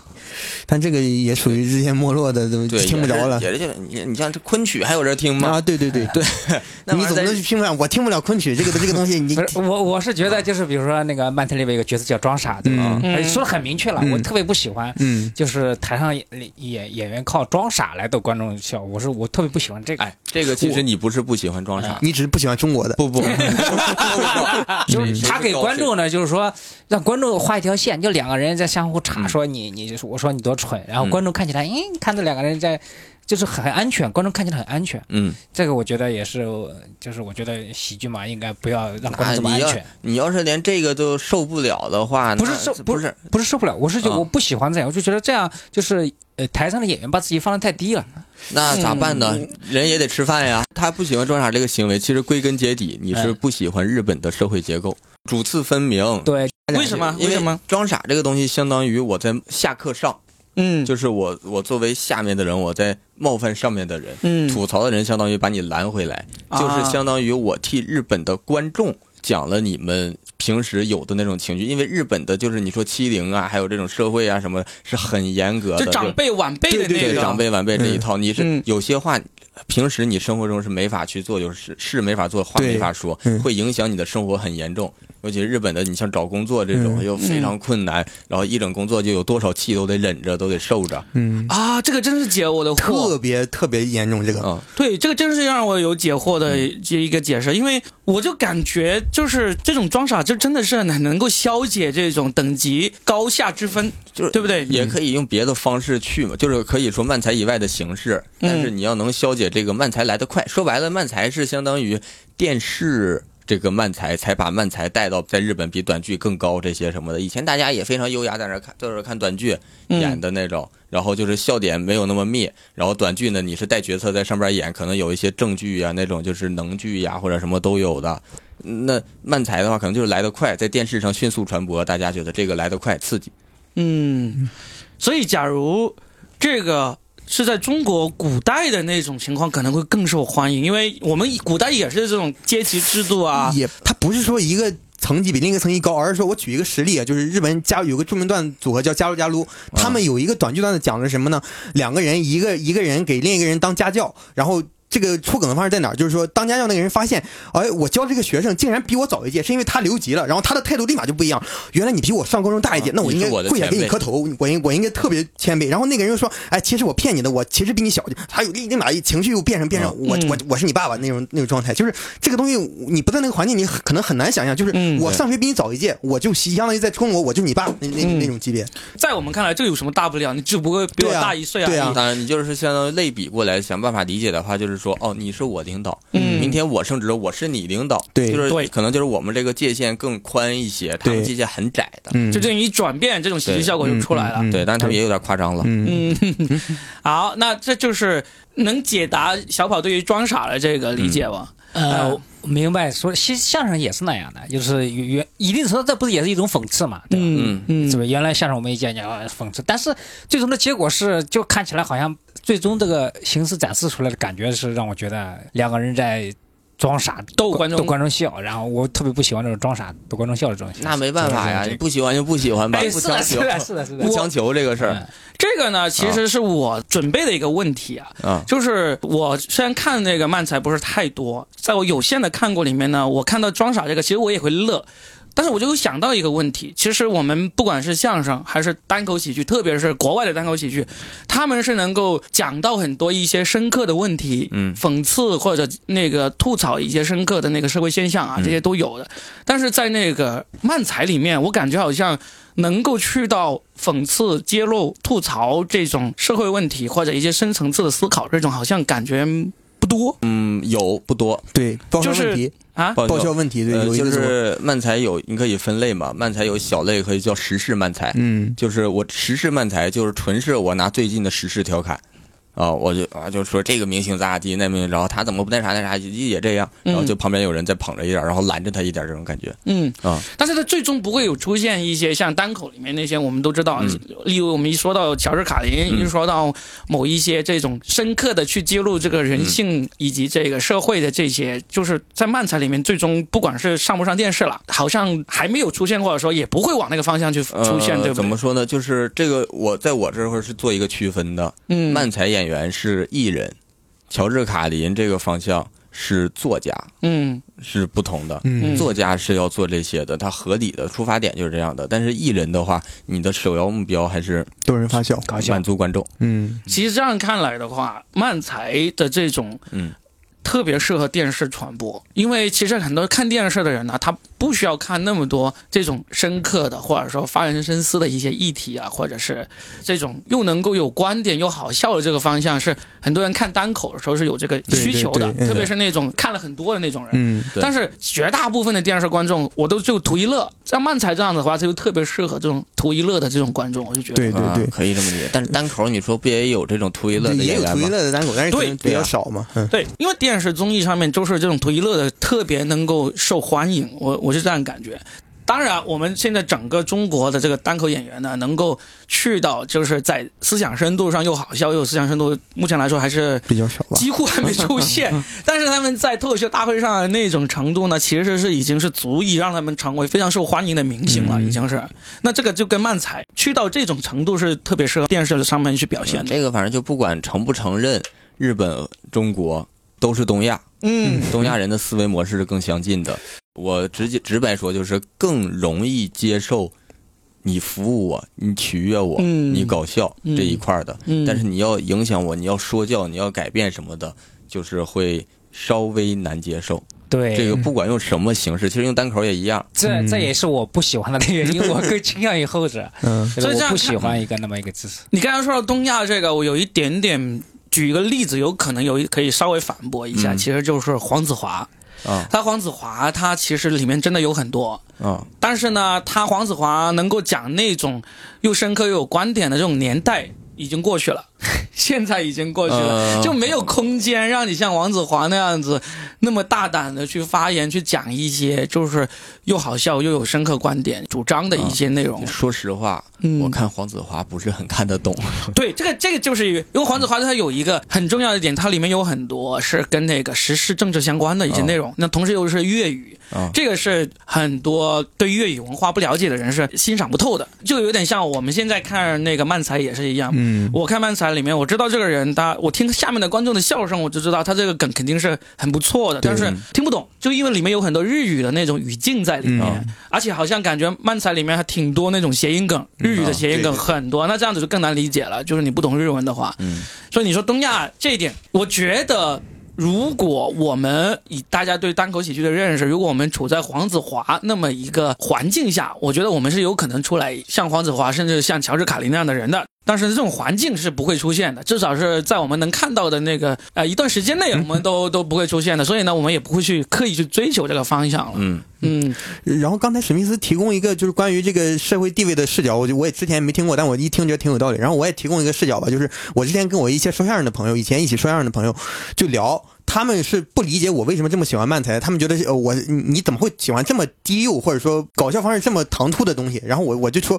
[SPEAKER 4] 但这个也属于日渐没落的，都
[SPEAKER 2] 对，
[SPEAKER 4] 听不着了
[SPEAKER 2] 也是也是你你像这昆曲还有人听吗？
[SPEAKER 4] 啊！对对对对，
[SPEAKER 2] 那玩
[SPEAKER 4] 你
[SPEAKER 2] 意儿
[SPEAKER 4] 总
[SPEAKER 2] 在
[SPEAKER 4] 不能去听不了，我听不了昆曲这个这个东西，你
[SPEAKER 3] 不是我，我是觉得就是比如说那个漫才里边有个角色叫装傻，对吧？
[SPEAKER 1] 嗯
[SPEAKER 3] 哎说的很明确了，
[SPEAKER 5] 嗯
[SPEAKER 3] 我特别不喜欢。
[SPEAKER 5] 嗯，
[SPEAKER 3] 就是台上演演演员靠装傻来逗观众笑，我是我特别不喜欢这个。
[SPEAKER 2] 哎，这个其实你不是不喜欢装傻，
[SPEAKER 4] 你只是啊不喜欢中国的，
[SPEAKER 2] 不不，
[SPEAKER 3] 就是
[SPEAKER 2] 谁
[SPEAKER 3] 他
[SPEAKER 2] 是
[SPEAKER 3] 给
[SPEAKER 2] 高
[SPEAKER 3] 观
[SPEAKER 2] 谁
[SPEAKER 3] 众呢，就是说让观众画一条线，就两个人在相互查，说你你就是我说你多蠢，然后
[SPEAKER 2] 嗯
[SPEAKER 3] 观众看起来，诶，看着两个人在，就是很安全，观众看起来很安全。
[SPEAKER 2] 嗯。
[SPEAKER 3] 这个我觉得也是，呃就是我觉得喜剧嘛，应该不要让观
[SPEAKER 2] 啊，
[SPEAKER 3] 众这么
[SPEAKER 2] 你
[SPEAKER 3] 安
[SPEAKER 2] 要
[SPEAKER 3] 全。
[SPEAKER 2] 你要是连这个都受不了的话，
[SPEAKER 3] 不是
[SPEAKER 2] 那
[SPEAKER 3] 受
[SPEAKER 2] 不
[SPEAKER 3] 不
[SPEAKER 2] 是
[SPEAKER 3] 不是受
[SPEAKER 1] 啊
[SPEAKER 3] 不了，我是觉得
[SPEAKER 2] 嗯
[SPEAKER 3] 我不喜欢这样，我就觉得这样就是呃台上的演员把自己放得太低
[SPEAKER 1] 嗯
[SPEAKER 3] 了。
[SPEAKER 2] 那咋办呢？人也得吃饭呀。他不喜欢装傻这个行为，其实归根结底你是
[SPEAKER 1] 哎
[SPEAKER 3] 嗯
[SPEAKER 2] 不喜欢日本的社会结构，主次分明。
[SPEAKER 3] 对，
[SPEAKER 1] 为什么？
[SPEAKER 2] 因
[SPEAKER 1] 为什么？？
[SPEAKER 2] 装傻这个东西相当于我在下课上。
[SPEAKER 1] 嗯，
[SPEAKER 2] 就是我我作为下面的人，我在冒犯上面的人，
[SPEAKER 1] 嗯
[SPEAKER 2] 吐槽的人相当于把你拦回来，
[SPEAKER 1] 啊
[SPEAKER 2] 就是相当于我替日本的观众讲了你们。平时有的那种情绪，因为日本的就是你说欺凌啊，还有这种社会啊什么，是很严格的，
[SPEAKER 1] 就长辈晚辈的
[SPEAKER 2] 对
[SPEAKER 1] 那
[SPEAKER 2] 对
[SPEAKER 1] 个
[SPEAKER 2] 长辈晚辈这一套，你
[SPEAKER 1] 嗯
[SPEAKER 2] 是有些话，平时你生活中是没法去做，就是是没法做，话
[SPEAKER 5] 对
[SPEAKER 2] 没法说，
[SPEAKER 5] 嗯
[SPEAKER 2] 会影响你的生活很严重。尤其是日本的，你像找工作这种
[SPEAKER 5] 嗯
[SPEAKER 2] 又非常困难，然后一整工作就有多少气都得忍着，都得受着。
[SPEAKER 5] 嗯，
[SPEAKER 1] 啊，这个真是解我的惑
[SPEAKER 4] 特。别特别严重这个。
[SPEAKER 2] 嗯，
[SPEAKER 1] 对，这个真是让我有解惑的这一个解释，因为我就感觉就是这种装傻，就真的是很能够消解这种等级高下之分，
[SPEAKER 2] 就是
[SPEAKER 1] 对不对？
[SPEAKER 2] 也可以用别的方式去嘛，就是可以说漫才以外的形式，但是你要能消解这个漫才来得快。说白了，漫才是相当于电视。这个漫才才把漫才带到在日本比短剧更高这些什么的，以前大家也非常优雅，在那儿看在那儿看短剧
[SPEAKER 1] 嗯
[SPEAKER 2] 演的那种，然后就是笑点没有那么密，然后短剧呢你是带角色在上边演，可能有一些正剧呀、那种就是能剧呀、或者什么都有的。那漫才的话可能就是来得快，在电视上迅速传播，大家觉得这个来得快刺激，
[SPEAKER 1] 嗯，所以假如这个是在中国古代的那种情况，可能会更受欢迎，因为我们古代也是这种阶级制度啊。
[SPEAKER 4] 嗯也，他不是说一个层级比另一个层级高，而是说我举一个实例啊，就是日本加有个著名段子组合叫加入加撸，
[SPEAKER 2] 嗯
[SPEAKER 4] 他们有一个短剧段子讲的是什么呢？两个人，一个一个人给另一个人当家教，然后。这个出梗的方式在哪儿？就是说，当家教那个人发现，哎，我教这个学生竟然比我早一届，是因为他留级了，然后他的态度立马就不一样。原来你比我上高中大一届，
[SPEAKER 2] 啊
[SPEAKER 4] 那我应
[SPEAKER 2] 你
[SPEAKER 4] 该
[SPEAKER 2] 是我的
[SPEAKER 4] 跪下给你
[SPEAKER 2] 前辈
[SPEAKER 4] 磕头，我应我应该特别谦卑。然后那个人又说，哎，其实我骗你的，我其实比你小一届。还有立立马一情绪又变成变成
[SPEAKER 2] 嗯
[SPEAKER 4] 我我我是你爸爸那种那种状态，就是这个东西你不在那个环境，你很可能很难想象。就是
[SPEAKER 1] 嗯
[SPEAKER 4] 我上学比你早一届，我就相当于在中国我就是你爸那那
[SPEAKER 1] 嗯
[SPEAKER 4] 那种级别。
[SPEAKER 1] 在我们看来，这有什么大不了？你只不过比我
[SPEAKER 4] 对啊
[SPEAKER 1] 大一岁而已。
[SPEAKER 4] 对啊
[SPEAKER 2] 当然，你就是相当于类比过来，想办法理解的话，就是说，哦，你是我领导，
[SPEAKER 1] 嗯
[SPEAKER 2] 明天我升职了，我是你领导，
[SPEAKER 5] 对
[SPEAKER 2] 就是
[SPEAKER 1] 对
[SPEAKER 2] 可能就是我们这个界限更宽一些，他们
[SPEAKER 5] 对
[SPEAKER 2] 界限很窄的，
[SPEAKER 5] 嗯
[SPEAKER 1] 就这样一转变，这种喜剧效果就出来了。
[SPEAKER 5] 嗯嗯嗯
[SPEAKER 2] 对，但是他们也有点夸张了，
[SPEAKER 5] 嗯
[SPEAKER 1] 嗯，好，那这就是能解答小宝对于装傻的这个理解吧？
[SPEAKER 3] 呃
[SPEAKER 1] 嗯，
[SPEAKER 3] 我明白，说其实相声也是那样的，就是原一定程度这不是也是一种讽刺嘛，对吧？
[SPEAKER 1] 嗯嗯
[SPEAKER 3] 是，吧？原来相声我们也讲讲啊讽刺，但是最终的结果是，就看起来好像最终这个形式展示出来的感觉是让我觉得两个人在装傻
[SPEAKER 1] 逗观众
[SPEAKER 3] 逗观众笑，然后我特别不喜欢这种装傻逗观众笑的这种形式。
[SPEAKER 2] 那没办法呀，
[SPEAKER 3] 这
[SPEAKER 2] 你
[SPEAKER 3] 种
[SPEAKER 2] 不喜欢就不喜欢吧，
[SPEAKER 3] 哎，
[SPEAKER 2] 不
[SPEAKER 3] 是
[SPEAKER 2] 强
[SPEAKER 3] 的，是
[SPEAKER 2] 求，
[SPEAKER 3] 的，是的，是的
[SPEAKER 2] 不。强求这个事儿
[SPEAKER 3] 嗯
[SPEAKER 1] 这个呢，其实是我准备的一个问题啊，
[SPEAKER 2] 啊，
[SPEAKER 1] 就是我虽然看那个漫才不是太多，在我有限的看过里面呢，我看到装傻这个，其实我也会乐。但是我就想到一个问题，其实我们不管是相声还是单口喜剧，特别是国外的单口喜剧，他们是能够讲到很多一些深刻的问题，
[SPEAKER 2] 嗯
[SPEAKER 1] 讽刺或者那个吐槽一些深刻的那个社会现象啊，
[SPEAKER 2] 嗯
[SPEAKER 1] 这些都有的。但是在那个漫才里面，我感觉好像能够去到讽刺、揭露、吐槽这种社会问题或者一些深层次的思考，这种好像感觉不多
[SPEAKER 2] 嗯，有不多，
[SPEAKER 5] 对，报销
[SPEAKER 1] 就是
[SPEAKER 5] 问题，
[SPEAKER 1] 啊。
[SPEAKER 2] 报
[SPEAKER 5] 报销问题，对，
[SPEAKER 2] 呃
[SPEAKER 5] 有一
[SPEAKER 2] 就
[SPEAKER 5] 个什么
[SPEAKER 2] 是漫才有，你可以分类嘛，漫才有小类可以叫时事漫才，
[SPEAKER 5] 嗯，
[SPEAKER 2] 就是我时事漫才，就是纯是我拿最近的时事调侃。啊、我就啊，就说这个明星咋咋地，那明星，然后他怎么不那啥那啥，也这样，
[SPEAKER 5] 嗯
[SPEAKER 2] 然后就旁边有人在捧着一点，然后拦着他一点，这种感觉
[SPEAKER 1] 嗯，
[SPEAKER 2] 啊，
[SPEAKER 1] 但是它最终不会有出现一些像单口里面那些我们都知道，
[SPEAKER 2] 嗯
[SPEAKER 1] 例如我们一说到乔治卡林，
[SPEAKER 2] 嗯
[SPEAKER 1] 一说到某一些这种深刻的去揭露这个人性以及这个社会的这些，就是在漫才里面最终不管是上不上电视了，好像还没有出现，或者说也不会往那个方向去
[SPEAKER 5] 嗯
[SPEAKER 1] 出现，
[SPEAKER 2] 呃
[SPEAKER 1] 对不对？
[SPEAKER 2] 怎么说呢？就是这个，我在我这会儿是做一个区分的，
[SPEAKER 1] 嗯，
[SPEAKER 2] 漫才演员是艺人，乔治卡林这个方向是作家，
[SPEAKER 1] 嗯
[SPEAKER 2] 是不同的。
[SPEAKER 1] 嗯
[SPEAKER 2] 作家是要做这些的，他合理的出发点就是这样的。但是艺人的话，你的首要目标还是
[SPEAKER 5] 逗人发笑，
[SPEAKER 3] 搞笑
[SPEAKER 2] 满，足观众。
[SPEAKER 5] 嗯，
[SPEAKER 1] 其实这样看来的话，漫才的这种
[SPEAKER 2] 嗯，
[SPEAKER 1] 特别适合电视传播，因为其实很多看电视的人呢、他不需要看那么多这种深刻的或者说发人深思的一些议题啊，或者是这种又能够有观点又好笑的这个方向，是很多人看单口的时候是有这个需求
[SPEAKER 5] 对
[SPEAKER 1] 的，
[SPEAKER 5] 对对嗯
[SPEAKER 1] 特别是那种看了很多的那种人。
[SPEAKER 5] 嗯，
[SPEAKER 2] 对
[SPEAKER 1] 但是绝大部分的电视观众，我都就图一乐。像漫才这样子的话，他就特别适合这种图一乐的这种观众，我就觉得。
[SPEAKER 5] 对对
[SPEAKER 2] 啊
[SPEAKER 5] 对，
[SPEAKER 2] 可以这么理解。但是单口你说不也有这种图一乐的
[SPEAKER 4] 也
[SPEAKER 2] 演
[SPEAKER 4] 有
[SPEAKER 2] 员
[SPEAKER 4] 图一
[SPEAKER 2] 吗？
[SPEAKER 4] 乐的单口，但是可
[SPEAKER 1] 对
[SPEAKER 4] 能比
[SPEAKER 2] 对
[SPEAKER 4] 较
[SPEAKER 2] 啊
[SPEAKER 4] 少嘛。嗯，
[SPEAKER 1] 对，因为电视综艺上面就是这种图一乐的特别能够受欢迎，我我是这样感觉。当然，啊我们现在整个中国的这个单口演员呢，能够去到就是在思想深度上又好笑又有思想深度，目前来说还是
[SPEAKER 5] 比较少吧。
[SPEAKER 1] 几乎还没出现。但是他们在脱口秀大会上的那种程度呢，其实是已经是足以让他们成为非常受欢迎的明星了，已经是。那这个就跟漫才去到这种程度是特别适合电视上面去表现的。
[SPEAKER 2] 这个反正就不管承不承认，日本、中国都是东亚，
[SPEAKER 1] 嗯，
[SPEAKER 2] 东亚人的思维模式是更相近的。我直接直白说，就是更容易接受你服务我，你取悦我，
[SPEAKER 1] 嗯
[SPEAKER 2] 你搞笑
[SPEAKER 1] 嗯
[SPEAKER 2] 这一块儿的。
[SPEAKER 1] 嗯
[SPEAKER 2] 但是你要影响我，你要说教，你要改变什么的，就是会稍微难接受。
[SPEAKER 3] 对，
[SPEAKER 2] 这个不管用什么形式，其实用单口也一样。
[SPEAKER 3] 这
[SPEAKER 5] 嗯
[SPEAKER 3] 这也是我不喜欢的原 因，我更倾向于后者，
[SPEAKER 5] 嗯，
[SPEAKER 3] 就是
[SPEAKER 1] 所以这
[SPEAKER 3] 我
[SPEAKER 1] 样
[SPEAKER 3] 不喜欢一个那么一个姿势。
[SPEAKER 1] 你刚才说到东亚这个，我有一点点。举一个例子，有可能有一可以稍微反驳一下，
[SPEAKER 2] 嗯
[SPEAKER 1] 其实就是黄子华。
[SPEAKER 2] 啊
[SPEAKER 1] 他黄子华，他其实里面真的有很多，
[SPEAKER 2] 啊，
[SPEAKER 1] 但是呢，他黄子华能够讲那种又深刻又有观点的这种年代已经过去了， 现在已经过去了，
[SPEAKER 2] 呃
[SPEAKER 1] 就没有空间让你像黄子华那样子那么大胆的去发言，去讲一些就是又好笑又有深刻观点、主张的一
[SPEAKER 2] 啊
[SPEAKER 1] 些内容。
[SPEAKER 2] 说实话，
[SPEAKER 1] 嗯
[SPEAKER 2] 我看黄子华不是很看得懂。
[SPEAKER 1] 对，这个这个就是因为黄子华他有一个很重要的点，它里面有很多是跟那个时事政治相关的一
[SPEAKER 2] 啊
[SPEAKER 1] 些内容，那同时又是粤语，
[SPEAKER 2] 嗯
[SPEAKER 1] 这个是很多对粤语文化不了解的人是欣赏不透的，就有点像我们现在看那个漫才也是一样。
[SPEAKER 5] 嗯，
[SPEAKER 1] 我看漫才里面，我知道这个人他，我听下面的观众的笑声，我就知道他这个梗肯定是很不错的，
[SPEAKER 2] 对
[SPEAKER 1] 但是听不懂，就因为里面有很多日语的那种语境在里面，
[SPEAKER 2] 嗯
[SPEAKER 1] 而且好像感觉漫才里面还挺多那种谐音梗，日语的谐音梗
[SPEAKER 4] 嗯啊对对
[SPEAKER 1] 很多，那这样子就更难理解了，就是你不懂日文的话，
[SPEAKER 2] 嗯
[SPEAKER 1] 所以你说东亚这一点，我觉得。如果我们以大家对单口喜剧的认识，如果我们处在黄子华那么一个环境下，我觉得我们是有可能出来像黄子华，甚至像乔治卡林那样的人的。 但是这种环境是不会出现的，至少是在我们能看到的那个呃一段时间内，我们都都不会出现的。所以呢，我们也不会去刻意去追求这个方向了。
[SPEAKER 2] 嗯，
[SPEAKER 1] 嗯，
[SPEAKER 4] 然后刚才史密斯提供一个就是关于这个社会地位的视角，我就我也之前没听过，但我一听觉得挺有道理。然后我也提供一个视角吧，就是我之前跟我一些说相声的朋友，以前一起说相声的朋友就聊，他们是不理解我为什么这么喜欢漫才，他们觉得呃我你你怎么会喜欢这么低幼或者说搞笑方式这么唐突的东西？然后我我就说，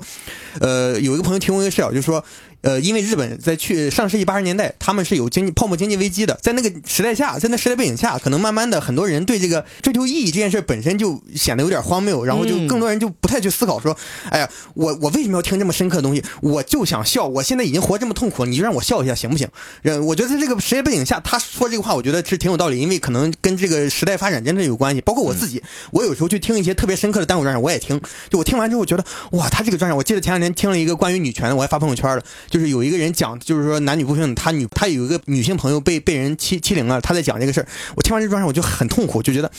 [SPEAKER 4] 呃，有一个朋友提供一个视角，就说。呃，因为日本在去上世纪八十年代，他们是有经济泡沫经济危机的，在那个时代下，在那时代背景下，可能慢慢的很多人对这个追求意义这件事本身就显得有点荒谬，然后就
[SPEAKER 1] 嗯
[SPEAKER 4] 更多人就不太去思考说，哎呀，我我为什么要听这么深刻的东西？我就想笑，我现在已经活这么痛苦了，你就让我笑一下行不行？呃，我觉得在这个时代背景下，他说这个话，我觉得是挺有道理，因为可能跟这个时代发展真的有关系。包括我自己，我有时候去听一些特别深刻的单口专场，我也听，就我听完之后觉得，哇，他这个专场，我记得前两天听了一个关于女权的，我还发朋友圈了，就是有一个人讲，就是说男女不平等，他女他有一个女性朋友被被人欺欺凌了，他在讲这个事儿，我听完这专场我就很痛苦，就觉得。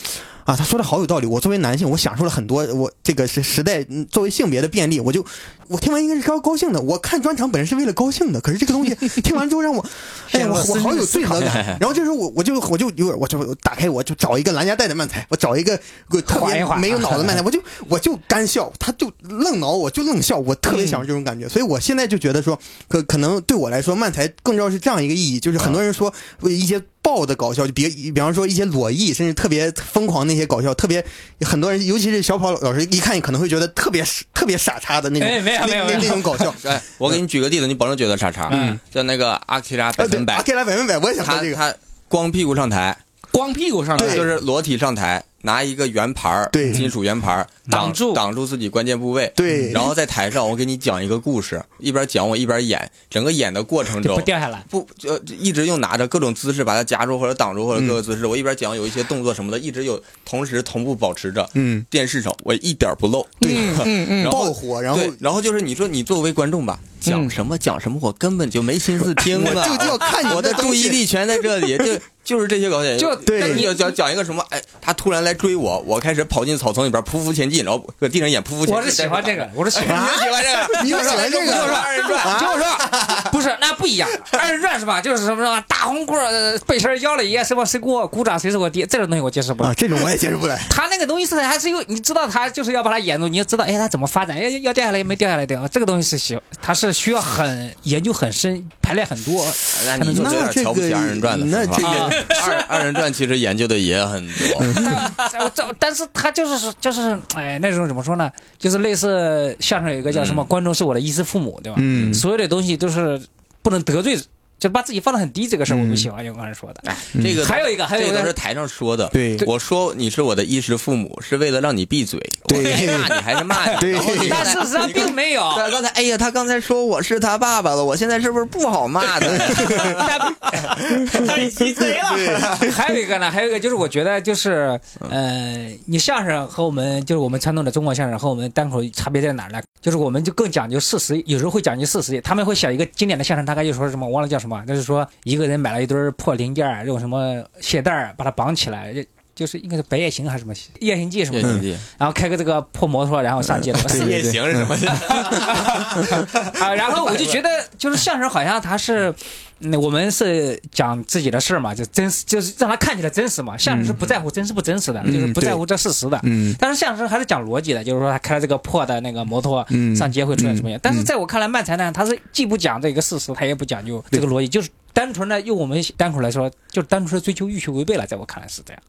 [SPEAKER 4] 啊，他说的好有道理。我作为男性，我享受了很多我这个时时代嗯作为性别的便利，我就我听完应该是高高兴的。我看专场本身是为了高兴的，可是这个东 西听完之后让我，哎呀，我我好有罪恶感。然后这时候我我就我就有点我就我打开我就找一个蓝家带的漫才，我找一个个特
[SPEAKER 3] 缓一
[SPEAKER 4] 别
[SPEAKER 3] 缓
[SPEAKER 4] 没有脑子的漫才，我就我就干笑，他就愣挠我就愣笑，我特别享受这种感觉。所以我现在就觉得说，可可能对我来说，漫才更重要是这样一个意义，就是很多人说呃一些爆的搞笑，就比比方说一些裸艺，甚至特别疯狂那些搞笑，特别很多人，尤其是小跑老师，一看可能会觉得特别特别傻叉的那种，
[SPEAKER 3] 哎没有没有
[SPEAKER 4] 那那
[SPEAKER 3] 没
[SPEAKER 4] 那
[SPEAKER 3] 有
[SPEAKER 4] 种搞笑。
[SPEAKER 2] 哎，我给你举个例子，你保证觉得叉叉。
[SPEAKER 3] 嗯，
[SPEAKER 2] 就那个阿基拉百
[SPEAKER 4] 啊，对
[SPEAKER 2] 分，百
[SPEAKER 4] 阿，K 来百分百，我也想
[SPEAKER 2] 他
[SPEAKER 4] 说这个。
[SPEAKER 2] 他光屁股上台，
[SPEAKER 1] 光屁股上来
[SPEAKER 4] 对
[SPEAKER 2] 就是裸体上台，拿一个圆盘儿，
[SPEAKER 4] 对嗯
[SPEAKER 2] 金属圆盘儿
[SPEAKER 1] 挡住
[SPEAKER 2] 挡住自己关键部位。
[SPEAKER 4] 对
[SPEAKER 2] 然后在台上，我给你讲一个故事，一边讲我一边演，整个演的过程
[SPEAKER 3] 就
[SPEAKER 2] 中
[SPEAKER 3] 不。掉下来。
[SPEAKER 2] 不，呃，一直用拿着各种姿势把它夹住或者挡住
[SPEAKER 4] 嗯
[SPEAKER 2] 或者各个姿势，我一边讲有一些动作什么的，一直有同时同步保持着。
[SPEAKER 4] 嗯，
[SPEAKER 2] 电视上我一点儿不漏。
[SPEAKER 4] 对
[SPEAKER 2] 嗯 嗯，然
[SPEAKER 4] 爆
[SPEAKER 2] 后
[SPEAKER 4] 火，然后嗯
[SPEAKER 2] 对，然后就是你说你作为观众吧，讲什么讲什么，我根本就没心思听
[SPEAKER 4] 我
[SPEAKER 2] 了，
[SPEAKER 4] 就要看你
[SPEAKER 2] 我的
[SPEAKER 4] 这东
[SPEAKER 2] 注
[SPEAKER 4] 西
[SPEAKER 2] 意力全在这里， 就就是这些搞笑演员。
[SPEAKER 3] 就
[SPEAKER 4] 对
[SPEAKER 2] 但你要讲讲一个什么，哎，他突然来追我，我开始跑进草丛里边匍匐前进，然后搁地上演匍匐前进。
[SPEAKER 3] 我是喜欢这个，我是喜
[SPEAKER 2] 哎，
[SPEAKER 3] 欢，
[SPEAKER 2] 你就喜欢这个，
[SPEAKER 4] 你就喜欢这个
[SPEAKER 2] 你就说二人转。
[SPEAKER 3] 听我说，不是那不 一样。二人转是吧？就是什么什么大红棍儿、呃背身儿腰了一，什么谁给我鼓掌，谁是我爹，这种东西我接受不了
[SPEAKER 4] 啊，。这种我也接受不来。
[SPEAKER 3] 他那个东西是还是有，你知道他就是要把它演住，你要知道，哎哎，他怎么发展，要要掉下来也没掉下来的，这个东西是需要，他是需要很研究很深，排练很多，
[SPEAKER 2] 那你就有点瞧不起二人转的
[SPEAKER 4] 那这个
[SPEAKER 2] 啊二二人转其实研究的也很 多，
[SPEAKER 3] 但但呃但是他就是就是哎那种怎么说呢？就是类似相声有一个叫什么“观众是我的衣食父母”，对吧？
[SPEAKER 4] 嗯
[SPEAKER 3] 所有的东西都是不能得罪，就把自己放得很低，这个事儿我不喜欢。有个人说的，
[SPEAKER 2] 哎这个
[SPEAKER 3] 还有一个还有一
[SPEAKER 2] 这
[SPEAKER 3] 个
[SPEAKER 2] 个都是台上说的。
[SPEAKER 4] 对
[SPEAKER 2] 我说你是我的衣食父母，是为了让你闭嘴。
[SPEAKER 4] 对
[SPEAKER 2] 我骂你还是骂你。
[SPEAKER 4] 对
[SPEAKER 2] 然后你
[SPEAKER 3] 但
[SPEAKER 2] 看
[SPEAKER 3] 事实上并没有。
[SPEAKER 2] 对，刚才哎呀，他刚才说我是他爸爸了，我现在是不是不好骂的？
[SPEAKER 1] 太鸡贼了。
[SPEAKER 3] 还有一个呢，还有一个就是我觉得就是
[SPEAKER 4] 嗯
[SPEAKER 3] 呃，你相声和我们就是我们传统的中国相声和我们单口差别在哪儿呢？就是我们就更讲究事实，有时候会讲究事实。他们会写一个经典的相声，大概就说什么忘了叫什么，就是说一个人买了一堆儿破零件儿，用什么鞋带儿把它绑起来。就是应该是《白夜行》还是什么《夜行记》什么的，然后开个这个破摩托，然后上街了。
[SPEAKER 4] 嗯对
[SPEAKER 2] 也行是什么？
[SPEAKER 3] 啊，然后我就觉得，就是相声好像它是，嗯，我们是讲自己的事儿嘛，就真实，就是让它看起来真实嘛。相声是不在乎真实不真实的，就是不在乎这事实的。
[SPEAKER 4] 嗯
[SPEAKER 3] 但是相声还是讲逻辑的，就是说他开了这个破的那个摩托
[SPEAKER 4] 嗯
[SPEAKER 3] 上街会出现什么样。但是在我看来，漫才呢，他是既不讲这个事实，他也不讲究这个逻辑，就是单纯的用我们单口来说，就是单纯的追求欲求违背了，在我看来是这样。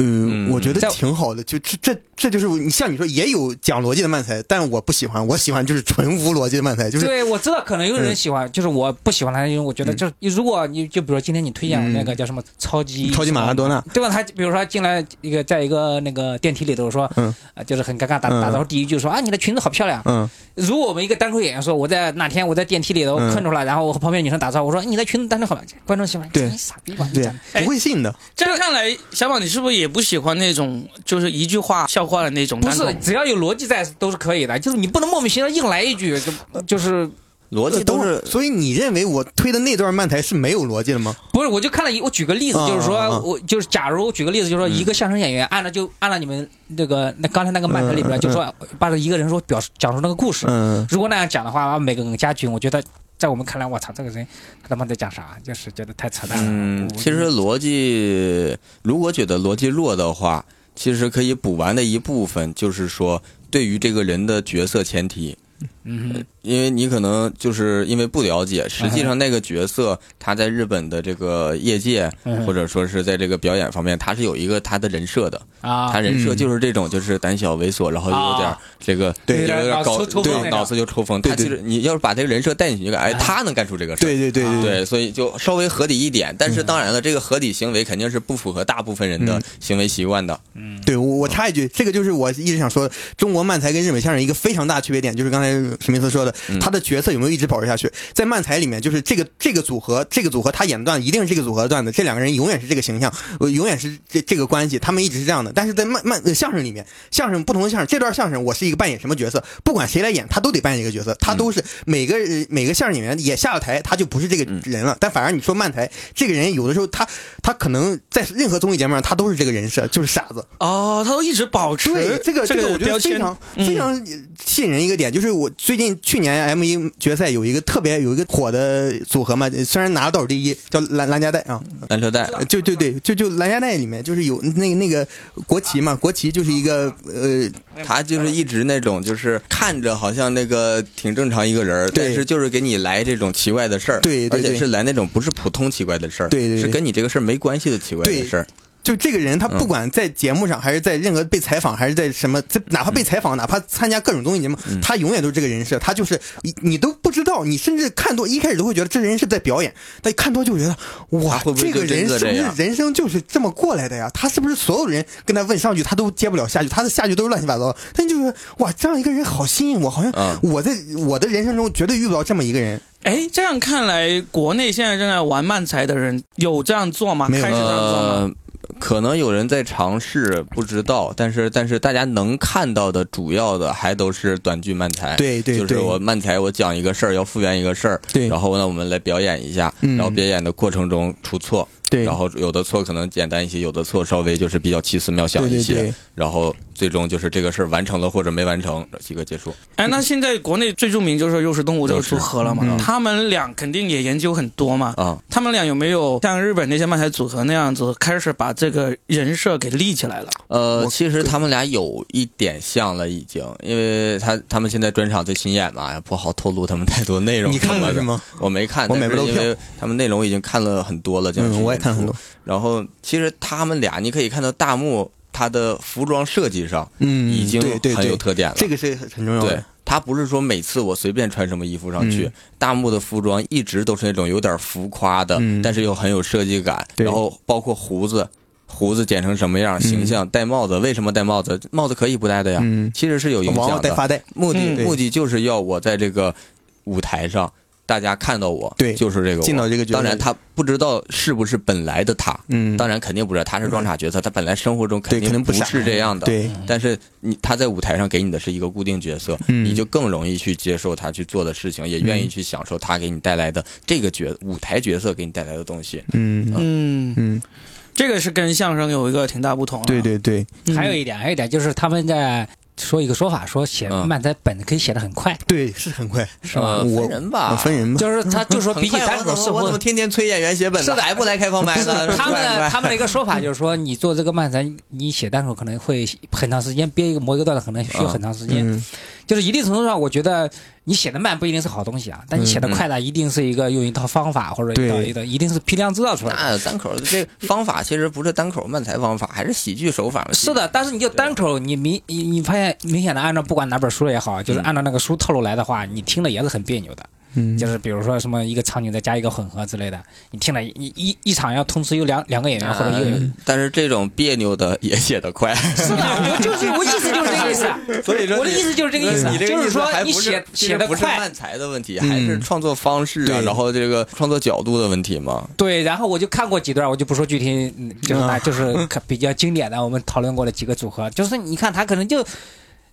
[SPEAKER 2] 嗯
[SPEAKER 4] 呃，我觉得
[SPEAKER 3] 在
[SPEAKER 4] 挺好的，就这这这就是你像你说也有讲逻辑的漫才，但我不喜欢，我喜欢就是纯无逻辑的漫才，就是嗯
[SPEAKER 3] 对，我知道可能有人喜欢，就是我不喜欢他，因为我觉得就是如果你就比如说今天你推荐我那个叫什么超级
[SPEAKER 4] 嗯超级马拉多纳。
[SPEAKER 3] 对吧？他比如说进来一个，在一个那个电梯里头说，
[SPEAKER 4] 嗯
[SPEAKER 3] 呃就是很尴尬，打
[SPEAKER 4] 嗯
[SPEAKER 3] 打招呼第一句说啊，你的裙子好漂亮。
[SPEAKER 4] 嗯，
[SPEAKER 3] 如果我们一个单口演员说，我在哪天我在电梯里头
[SPEAKER 4] 嗯
[SPEAKER 3] 困住了，然后我和旁边女生打招呼，我说你的裙子单着好漂亮，观众喜欢，
[SPEAKER 4] 对
[SPEAKER 3] 你傻逼吧？你
[SPEAKER 4] 对
[SPEAKER 3] 讲的，
[SPEAKER 2] 哎
[SPEAKER 4] 不会信的。
[SPEAKER 1] 这样看来，小宝你是不是也不喜欢那种就是一句话笑话的那种
[SPEAKER 3] 不
[SPEAKER 1] 单口？
[SPEAKER 3] 是，只要有逻辑在都是可以的，就是你不能莫名其妙硬来一句，
[SPEAKER 4] 嗯
[SPEAKER 3] 就就是
[SPEAKER 2] 逻辑都是
[SPEAKER 4] 呃
[SPEAKER 2] 嗯
[SPEAKER 4] 所以你认为我推的那段漫才是没有逻辑的吗？
[SPEAKER 3] 不是，我就看了一，我举个例子，就是
[SPEAKER 4] 嗯嗯
[SPEAKER 3] 说
[SPEAKER 4] 嗯，
[SPEAKER 3] 我就是假如我举个例子，就是说一个相声演员，按照就按照你们那个那刚才那个漫才里边，就说把一个人说表示讲述那个故事，
[SPEAKER 4] 嗯，
[SPEAKER 3] 如果那样讲的话，每个梗加群，我觉得在我们看来，我操，这个人他他妈在讲啥？就是觉得太扯淡了。
[SPEAKER 2] 嗯，
[SPEAKER 3] 我
[SPEAKER 2] 其实逻辑如果觉得逻辑弱的话，其实可以补完的一部分就是说，对于这个人的角色前提，呃
[SPEAKER 3] 嗯哼，
[SPEAKER 2] 因为你可能就是因为不了解，实际上那个角色他在日本的这个业界，
[SPEAKER 3] 嗯
[SPEAKER 2] 或者说是在这个表演方面，他是有一个他的人设的。
[SPEAKER 3] 啊，
[SPEAKER 2] 他人设就是这种，就是胆小猥琐，然后又有点
[SPEAKER 3] 啊
[SPEAKER 2] 这个，
[SPEAKER 4] 对
[SPEAKER 2] 有点
[SPEAKER 3] 脑
[SPEAKER 2] 搞
[SPEAKER 3] 子抽风
[SPEAKER 2] 对，
[SPEAKER 3] 那种
[SPEAKER 2] 脑子就抽风。他
[SPEAKER 4] 对对
[SPEAKER 2] 其实你要是把这个人设带进去，就感
[SPEAKER 3] 嗯
[SPEAKER 2] 觉哎，他能干出这个事儿。
[SPEAKER 4] 对对对对
[SPEAKER 2] 啊
[SPEAKER 4] 嗯
[SPEAKER 2] 对，所以就稍微合理一点，但是当然了，这个合理行为肯定是不符合大部分人的行为习惯的。
[SPEAKER 4] 对，我我插一句，这个就是我一直想说的，中国漫才跟日本相声一个非常大的区别点，就是刚才史密斯说的，他的角色有没有一直保持下去？在漫才里面，就是这个这个组合，这个组合他演的段子一定是这个组合的段子，这两个人永远是这个形象，呃永远是这这个关系，他们一直是这样的。但是在漫漫、呃相声里面，相声不同的相声，这段相声我是一个扮演什么角色，不管谁来演，他都得扮演一个角色，他都是每个、呃每个相声演员也下了台，他就不是这个人了。但反而你说漫才，这个人有的时候他他可能在任何综艺节目上，他都是这个人设，就是傻子。
[SPEAKER 1] 哦，他都一直保持
[SPEAKER 4] 对，这个
[SPEAKER 1] 这
[SPEAKER 4] 个我觉得
[SPEAKER 1] 标
[SPEAKER 4] 非
[SPEAKER 1] 签嗯
[SPEAKER 4] 常、非常吸引人一个点，就是我最近去年 M 一决赛有一个特别有一个火的组合嘛，虽然拿了倒数第一，叫蓝蓝家带啊，
[SPEAKER 2] 篮球带，
[SPEAKER 4] 呃就对对，就就蓝家带里面就是有那那个国旗嘛，国旗就是一个呃，
[SPEAKER 2] 他就是一直那种，就是看着好像那个挺正常一个人儿，
[SPEAKER 4] 对
[SPEAKER 2] 但是就是给你来这种奇怪的事儿，
[SPEAKER 4] 对对
[SPEAKER 2] 而且
[SPEAKER 4] 对
[SPEAKER 2] 是来那种不是普通奇怪的事儿，
[SPEAKER 4] 对对对
[SPEAKER 2] 是跟你这个事儿没关系的奇怪的事儿。
[SPEAKER 4] 就这个人他
[SPEAKER 2] 嗯
[SPEAKER 4] 不管在节目上还是在任何被采访还是在什么，这哪怕被采
[SPEAKER 2] 嗯
[SPEAKER 4] 访，哪怕参加各种综艺节目，他永远都是这个人设，他就是你你都不知道，你甚至看多一开始都会觉得这人是在表演，但看多就觉得哇
[SPEAKER 2] 他，会不会
[SPEAKER 4] 这个
[SPEAKER 2] 就真
[SPEAKER 4] 人
[SPEAKER 2] 的
[SPEAKER 4] 是不
[SPEAKER 2] 这
[SPEAKER 4] 是
[SPEAKER 2] 样
[SPEAKER 4] 人生就是这么过来的呀？他是不是所有人跟他问上句他都接不了下句，他的下句都是乱七八糟的？但就是哇，这样一个人好吸引我，好像
[SPEAKER 2] 嗯
[SPEAKER 4] 我在我的人生中绝对遇不到这么一个人。
[SPEAKER 1] 哎，这样看来，国内现在正在玩漫才的人有这样做吗？
[SPEAKER 4] 没有
[SPEAKER 1] 开始这样做吗？
[SPEAKER 2] 呃，可能有人在尝试，不知道，但是但是大家能看到的主要的还都是短剧漫才，
[SPEAKER 4] 对对
[SPEAKER 2] 就是
[SPEAKER 4] 对
[SPEAKER 2] 我漫才，我讲一个事儿，要复原一个事儿，
[SPEAKER 4] 对
[SPEAKER 2] 然后呢，我们来表演一下，
[SPEAKER 4] 嗯
[SPEAKER 2] 然后表演的过程中出错，
[SPEAKER 4] 对
[SPEAKER 2] 然后有的错可能简单一些，有的错稍微就是比较奇思妙想一些，
[SPEAKER 4] 对对对
[SPEAKER 2] 然后最终就是这个事儿完成了或者没完成，一个结束。
[SPEAKER 1] 哎，那现在国内最著名就是肉食动物这个组合了嘛，
[SPEAKER 4] 嗯
[SPEAKER 1] 他们俩肯定也研究很多嘛。
[SPEAKER 2] 啊
[SPEAKER 1] 他们俩有没有像日本那些漫才组合那样子，开始把这个人设给立起来了？
[SPEAKER 2] 呃，其实他们俩有一点像了，已经，因为他他们现在专场最新演嘛，也哎不好透露他们太多内容
[SPEAKER 4] 你
[SPEAKER 2] 什
[SPEAKER 4] 看
[SPEAKER 2] 么的。
[SPEAKER 4] 了是吗？
[SPEAKER 2] 我没看，
[SPEAKER 4] 我每
[SPEAKER 2] 但
[SPEAKER 4] 部
[SPEAKER 2] 是
[SPEAKER 4] 都
[SPEAKER 2] 因
[SPEAKER 4] 跳
[SPEAKER 2] 为他们内容已经看了很多了，这样、
[SPEAKER 4] 嗯，我也看很多。。
[SPEAKER 2] 然后其实他们俩，你可以看到大幕他的服装设计上
[SPEAKER 4] 嗯，
[SPEAKER 2] 已经
[SPEAKER 4] 对对
[SPEAKER 2] 很有
[SPEAKER 4] 对，
[SPEAKER 2] 特点了。
[SPEAKER 4] 这个是很重要
[SPEAKER 2] 对
[SPEAKER 4] 的。
[SPEAKER 2] 他不是说每次我随便穿什么衣服上去，
[SPEAKER 4] 嗯
[SPEAKER 2] 大幕的服装一直都是那种有点浮夸的，
[SPEAKER 4] 嗯
[SPEAKER 2] 但是又很有设计感。
[SPEAKER 4] 对
[SPEAKER 2] 然后包括胡子，胡子剪成什么样，形象，戴帽子，为什么戴帽子？帽子可以不戴的呀，
[SPEAKER 4] 嗯
[SPEAKER 2] 其实是有影
[SPEAKER 4] 往
[SPEAKER 2] 响
[SPEAKER 4] 往带
[SPEAKER 2] 的。
[SPEAKER 4] 发带，
[SPEAKER 2] 目的、
[SPEAKER 1] 嗯
[SPEAKER 4] 对
[SPEAKER 2] 目的就是要我在这个舞台上，大家看到我，
[SPEAKER 4] 对
[SPEAKER 2] 就是这个我
[SPEAKER 4] 进到这个角色
[SPEAKER 2] 当然，他不知道是不是本来的他，
[SPEAKER 4] 嗯，
[SPEAKER 2] 当然肯定不是，他是装傻角色，他本来生活中肯
[SPEAKER 4] 对，可
[SPEAKER 2] 定
[SPEAKER 4] 能
[SPEAKER 2] 不
[SPEAKER 4] 傻
[SPEAKER 2] 是这样的。
[SPEAKER 4] 对，
[SPEAKER 2] 但是你他在舞台上给你的是一个固定角色，
[SPEAKER 4] 嗯
[SPEAKER 2] 你就更容易去接受他去做的事情，也愿意去享受他给你带来的这个角舞台角色给你带来的东西。
[SPEAKER 4] 嗯
[SPEAKER 1] 嗯，
[SPEAKER 4] 嗯，
[SPEAKER 1] 这个是跟相声有一个挺大不同了。
[SPEAKER 4] 对对对
[SPEAKER 1] 嗯
[SPEAKER 3] 还有一点，还有一点就是他们在说一个说法，说写
[SPEAKER 2] 嗯
[SPEAKER 3] 漫才本可以写的很快，
[SPEAKER 4] 对，是很快，
[SPEAKER 2] 是
[SPEAKER 4] 吧我
[SPEAKER 2] 呃分人吧，
[SPEAKER 4] 我分人吧。
[SPEAKER 3] 就是他就说
[SPEAKER 2] 嗯很
[SPEAKER 3] 比起
[SPEAKER 2] 快
[SPEAKER 3] 单
[SPEAKER 2] 我
[SPEAKER 3] 口
[SPEAKER 2] 怎
[SPEAKER 3] 是
[SPEAKER 2] 么我怎么
[SPEAKER 3] 会。
[SPEAKER 2] 天天催演员写本子，还不来开放麦 呢？
[SPEAKER 3] 他们的
[SPEAKER 2] 的
[SPEAKER 3] 他们的一个说法就是说，你做这个漫才，你写单口可能会很长时间，憋一个磨一个段子可能需要很长时间。
[SPEAKER 4] 嗯，
[SPEAKER 3] 就是一定程度上，我觉得你写的慢不一定是好东西啊，但你
[SPEAKER 2] 嗯
[SPEAKER 3] 写的快呢，一定是一个用一套方法或者一套
[SPEAKER 4] 对
[SPEAKER 3] 一个，一定是批量制造出来的。
[SPEAKER 2] 那单口的这个方法其实不是单口漫才方法，还是喜剧手法嘛。
[SPEAKER 3] 是的，但是你就
[SPEAKER 2] 啊
[SPEAKER 3] 单口，你明你你发现明显的按照不管哪本书也好，就是
[SPEAKER 2] 嗯
[SPEAKER 3] 按照那个书套路来的话，你听了也是很别扭的。
[SPEAKER 4] 嗯
[SPEAKER 3] 就是比如说什么一个场景再加一个混合之类的，你听了一一一场要同时有两两个演员或者一个人。
[SPEAKER 2] 嗯但是这种别扭的也写得快，
[SPEAKER 3] 是的，我就是我意思就是这个意 思。
[SPEAKER 2] 所以说
[SPEAKER 3] 我 的
[SPEAKER 2] 你
[SPEAKER 3] 意思就是这个意思，
[SPEAKER 2] 你这个
[SPEAKER 3] 就
[SPEAKER 2] 意
[SPEAKER 3] 是
[SPEAKER 2] 思
[SPEAKER 3] 说
[SPEAKER 2] 还
[SPEAKER 3] 你
[SPEAKER 2] 不
[SPEAKER 3] 写
[SPEAKER 2] 是
[SPEAKER 3] 写的
[SPEAKER 2] 不是
[SPEAKER 3] 快。
[SPEAKER 2] 漫才的问题，
[SPEAKER 4] 嗯
[SPEAKER 2] 还是创作方式啊，
[SPEAKER 4] 对
[SPEAKER 2] 然后这个创作角度的问题嘛。
[SPEAKER 3] 对，然后我就看过几段，我就不说具体，嗯
[SPEAKER 2] 啊
[SPEAKER 3] 就是那 就是可比较经典的，我们讨论过的几个组合，就是你看他可能就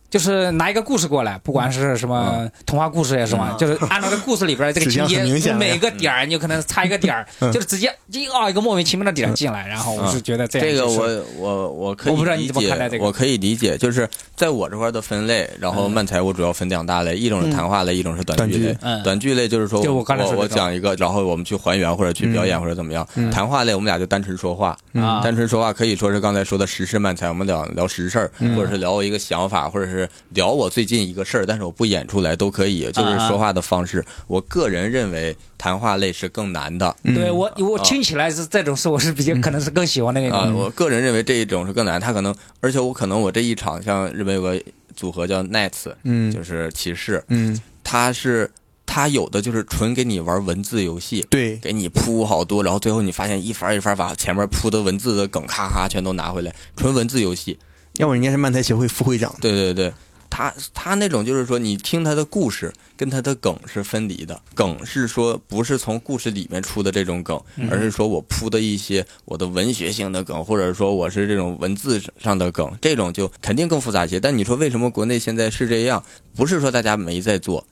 [SPEAKER 3] 就是拿一个故事过来，不管是什
[SPEAKER 2] 啊
[SPEAKER 3] 么童话故事也是嘛，就是按照这故事里边的这个
[SPEAKER 4] 指
[SPEAKER 3] 情
[SPEAKER 4] 向很明
[SPEAKER 3] 节，
[SPEAKER 4] 显了呀
[SPEAKER 3] 每个点儿你就可能差一个点儿，
[SPEAKER 4] 嗯
[SPEAKER 3] 就是直接一哦一个莫名其妙的点儿进来，然后我
[SPEAKER 2] 嗯
[SPEAKER 3] 是觉得这样
[SPEAKER 2] 这个
[SPEAKER 3] 就是
[SPEAKER 2] 我我我可以
[SPEAKER 3] 我不知道
[SPEAKER 2] 理
[SPEAKER 3] 你怎么
[SPEAKER 2] 解
[SPEAKER 3] 看待这个
[SPEAKER 2] 我可以理解，就是在我这块的分类，然后漫才我主要分两大类，一种是谈话类，一种是短剧类。
[SPEAKER 3] 嗯
[SPEAKER 2] 短剧类就是说
[SPEAKER 3] 就
[SPEAKER 2] 我
[SPEAKER 3] 我刚才说的
[SPEAKER 2] 我
[SPEAKER 3] 这嗯个
[SPEAKER 2] 讲一个，然后我们去还原或者去表演或者怎么样。谈话类我们俩就单纯说话，
[SPEAKER 3] 啊
[SPEAKER 2] 单纯说话可以说是刚才说的时事漫才，我们聊聊时事儿，
[SPEAKER 3] 嗯
[SPEAKER 2] 或者是聊我一个想法，或者是聊我最近一个事儿，但是我不演出来都可以，
[SPEAKER 3] 嗯
[SPEAKER 2] 就是说话的方式。我个人认为谈话类是更难的，
[SPEAKER 3] 对我我
[SPEAKER 2] 啊嗯
[SPEAKER 3] 听起来是这种事，我是比较可能是更喜欢的那
[SPEAKER 2] 啊，
[SPEAKER 3] 种。
[SPEAKER 2] 我个人认为这一种是更难，他可能，而且我可能我这一场像日本有个组合叫 Knights，
[SPEAKER 4] 嗯
[SPEAKER 2] 就是骑士，
[SPEAKER 4] 嗯，
[SPEAKER 2] 他是他有的就是纯给你玩文字游戏，
[SPEAKER 4] 对，
[SPEAKER 2] 给你铺好多，然后最后你发现一番一番把前面铺的文字的梗咔咔全都拿回来，纯文字游戏，
[SPEAKER 4] 要不人家是漫才协会副会长，
[SPEAKER 2] 对对对。他他那种就是说，你听他的故事跟他的梗是分离的，梗是说不是从故事里面出的这种梗，而是说我铺的一些我的文学性的梗，或者说我是这种文字上的梗，这种就肯定更复杂一些。但你说为什么国内现在是这样？不是说大家没在做，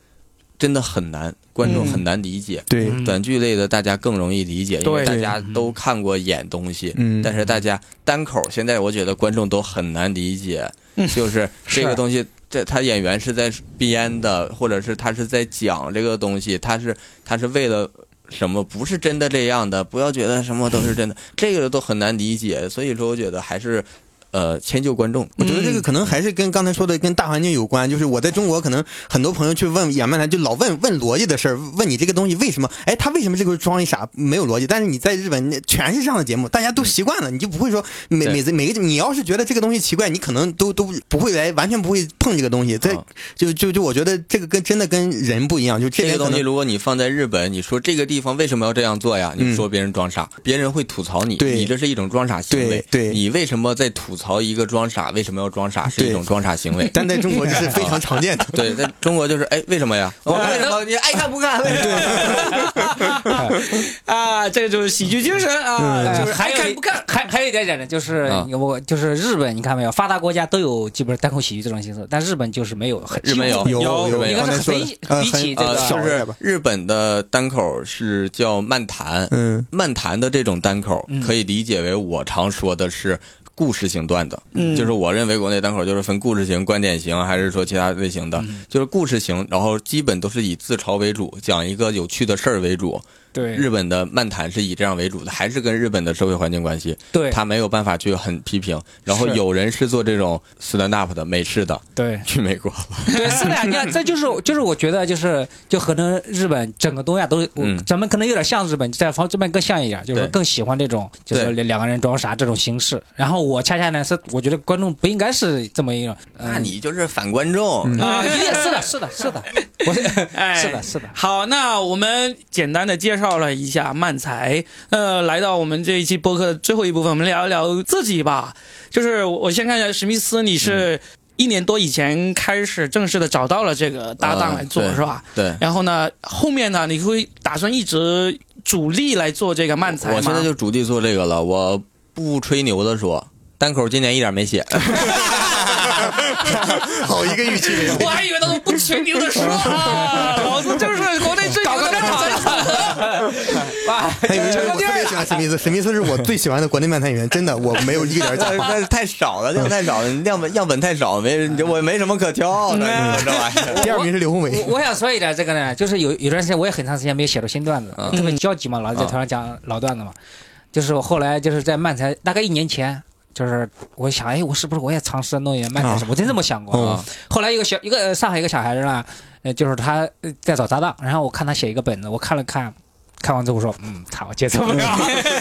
[SPEAKER 2] 真的很难，观众很难理解。
[SPEAKER 4] 对，
[SPEAKER 2] 短剧类的大家更容易理解，因为
[SPEAKER 1] 对
[SPEAKER 2] 大家都看过演东西，
[SPEAKER 4] 嗯
[SPEAKER 2] 但是大家单口现在我觉得观众都很难理解，
[SPEAKER 4] 嗯
[SPEAKER 2] 就是这个
[SPEAKER 3] 是
[SPEAKER 2] 东西。这他演员是在编的，或者是他是在讲这个东西，他是他是为了什么？不是真的这样的，不要觉得什么都是真 的，这个都很难理解。所以说，我觉得还是呃迁就观众。
[SPEAKER 4] 我觉得这个可能还是跟刚才说的跟大环境有关，就是我在中国可能很多朋友去问哎演漫才，就老问问逻辑的事儿，问你这个东西为什么？哎，他为什么这个装一傻没有逻辑？但是你在日本那全是这样的节目，大家都习惯了，你就不会说每
[SPEAKER 2] 对
[SPEAKER 4] 每次每个你要是觉得这个东西奇怪，你可能都都不会来，完全不会碰这个东西。这
[SPEAKER 2] 啊
[SPEAKER 4] 就就就我觉得这个跟真的跟人不一样，就
[SPEAKER 2] 这
[SPEAKER 4] 人
[SPEAKER 2] 个
[SPEAKER 4] 可
[SPEAKER 2] 东西，
[SPEAKER 4] 能
[SPEAKER 2] 如果你放在日本，你说这个地方为什么要这样做呀？你说别人装傻，别人会吐槽你，
[SPEAKER 4] 嗯对
[SPEAKER 2] 你这是一种装傻行为。
[SPEAKER 4] 对对
[SPEAKER 2] 你为什么在吐槽一个装傻？为什么要装傻？是一
[SPEAKER 4] 对
[SPEAKER 2] 种装傻行为。
[SPEAKER 4] 但在中国这是非常常见的。
[SPEAKER 2] 对，在中国就是哎，为什么呀？哦我为什么你爱看不看？为什么？
[SPEAKER 1] 啊，这个就是喜剧精神啊，
[SPEAKER 3] 呃
[SPEAKER 1] 就是
[SPEAKER 3] 还
[SPEAKER 1] 爱
[SPEAKER 3] 有
[SPEAKER 1] 看
[SPEAKER 3] 一
[SPEAKER 1] 不看。
[SPEAKER 3] 还还有一点点呢，就是
[SPEAKER 2] 啊
[SPEAKER 3] 我就是日本，你看没有，发达国家都有基本上单口喜剧这种形式，但日本就是没有，很
[SPEAKER 2] 日本有
[SPEAKER 4] 有
[SPEAKER 1] 有
[SPEAKER 4] 有，
[SPEAKER 2] 应该
[SPEAKER 4] 刚才
[SPEAKER 3] 是
[SPEAKER 4] 说的
[SPEAKER 3] 比
[SPEAKER 4] 呃
[SPEAKER 3] 比
[SPEAKER 4] 很
[SPEAKER 3] 起这
[SPEAKER 2] 呃
[SPEAKER 3] 个，
[SPEAKER 4] 少
[SPEAKER 2] 就
[SPEAKER 4] 一点
[SPEAKER 2] 是
[SPEAKER 4] 吧
[SPEAKER 2] 日本的单口是叫漫谈，
[SPEAKER 4] 嗯
[SPEAKER 2] 漫谈的这种单口
[SPEAKER 3] 嗯
[SPEAKER 2] 可以理解为我常说的是故事型段子，
[SPEAKER 1] 嗯
[SPEAKER 2] 就是我认为国内单口就是分故事型、观点型，还是说其他类型的，就是故事型，然后基本都是以自嘲为主，讲一个有趣的事儿为主。
[SPEAKER 3] 对
[SPEAKER 2] 日本的漫谈是以这样为主的，还是跟日本的社会环境关系，
[SPEAKER 3] 对
[SPEAKER 2] 他没有办法去很批评。然后
[SPEAKER 3] 是
[SPEAKER 2] 有人是做这种 stand up 的美式的，
[SPEAKER 3] 对
[SPEAKER 2] 去美国，
[SPEAKER 3] 对，是的呀，你看，这就是就是我觉得就是就可能日本整个东亚都，
[SPEAKER 2] 嗯
[SPEAKER 3] 咱们可能有点像日本，在方这边更像一点，就是
[SPEAKER 2] 对
[SPEAKER 3] 更喜欢这种就是
[SPEAKER 2] 对
[SPEAKER 3] 两个人装傻这种形式。然后我恰恰呢是我觉得观众不应该是这么一种，呃
[SPEAKER 2] 那你就是反观众。
[SPEAKER 3] 啊，也是的，是的，是 的，我是
[SPEAKER 1] 哎
[SPEAKER 3] 是的，是的，
[SPEAKER 1] 好，那我们简单的介绍了一下漫才，呃，来到我们这一期播客的最后一部分，我们聊一聊自己吧。就是我先看一下史密斯，你
[SPEAKER 2] 嗯
[SPEAKER 1] 是一年多以前开始正式的找到了这个搭档来做，
[SPEAKER 2] 嗯对
[SPEAKER 1] 是吧？
[SPEAKER 2] 对，
[SPEAKER 1] 然后呢，后面呢，你会打算一直主力来做这个漫才吗？
[SPEAKER 2] 我现 在就主力做这个了，我不吹牛的说，单口今年一点没写。
[SPEAKER 4] 好一个预期没有。
[SPEAKER 1] 我还以为他们不吹牛的说啊， 老子就是国内最牛的漫才
[SPEAKER 3] 哇，
[SPEAKER 4] 还有一个就是我特别喜欢史密斯，史密斯是我最喜欢的国内漫谈演员，真的，我没有一点儿假
[SPEAKER 2] 那
[SPEAKER 4] 话。
[SPEAKER 2] 那是太少了，量太少了，样本样本太少，没人我没什么可骄傲的，
[SPEAKER 3] 嗯
[SPEAKER 2] 你说这 玩意儿。
[SPEAKER 4] 第二名是刘宏伟，
[SPEAKER 3] 我我想说一点这个呢，就是有有段时间我也很长时间没有写出新段子，特别焦急嘛，老在头上讲老段子嘛。就是我后来就是在漫才，大概一年前，就是我想，哎，我是不是我也尝试弄一点漫才什么？我真这么想过。
[SPEAKER 2] 哦
[SPEAKER 3] 后来一个小一个呃上海一个小孩子呢，呃，就是他呃在找搭档，然后我看他写一个本子，我看了看。看完之后说，嗯，操，我接受不了。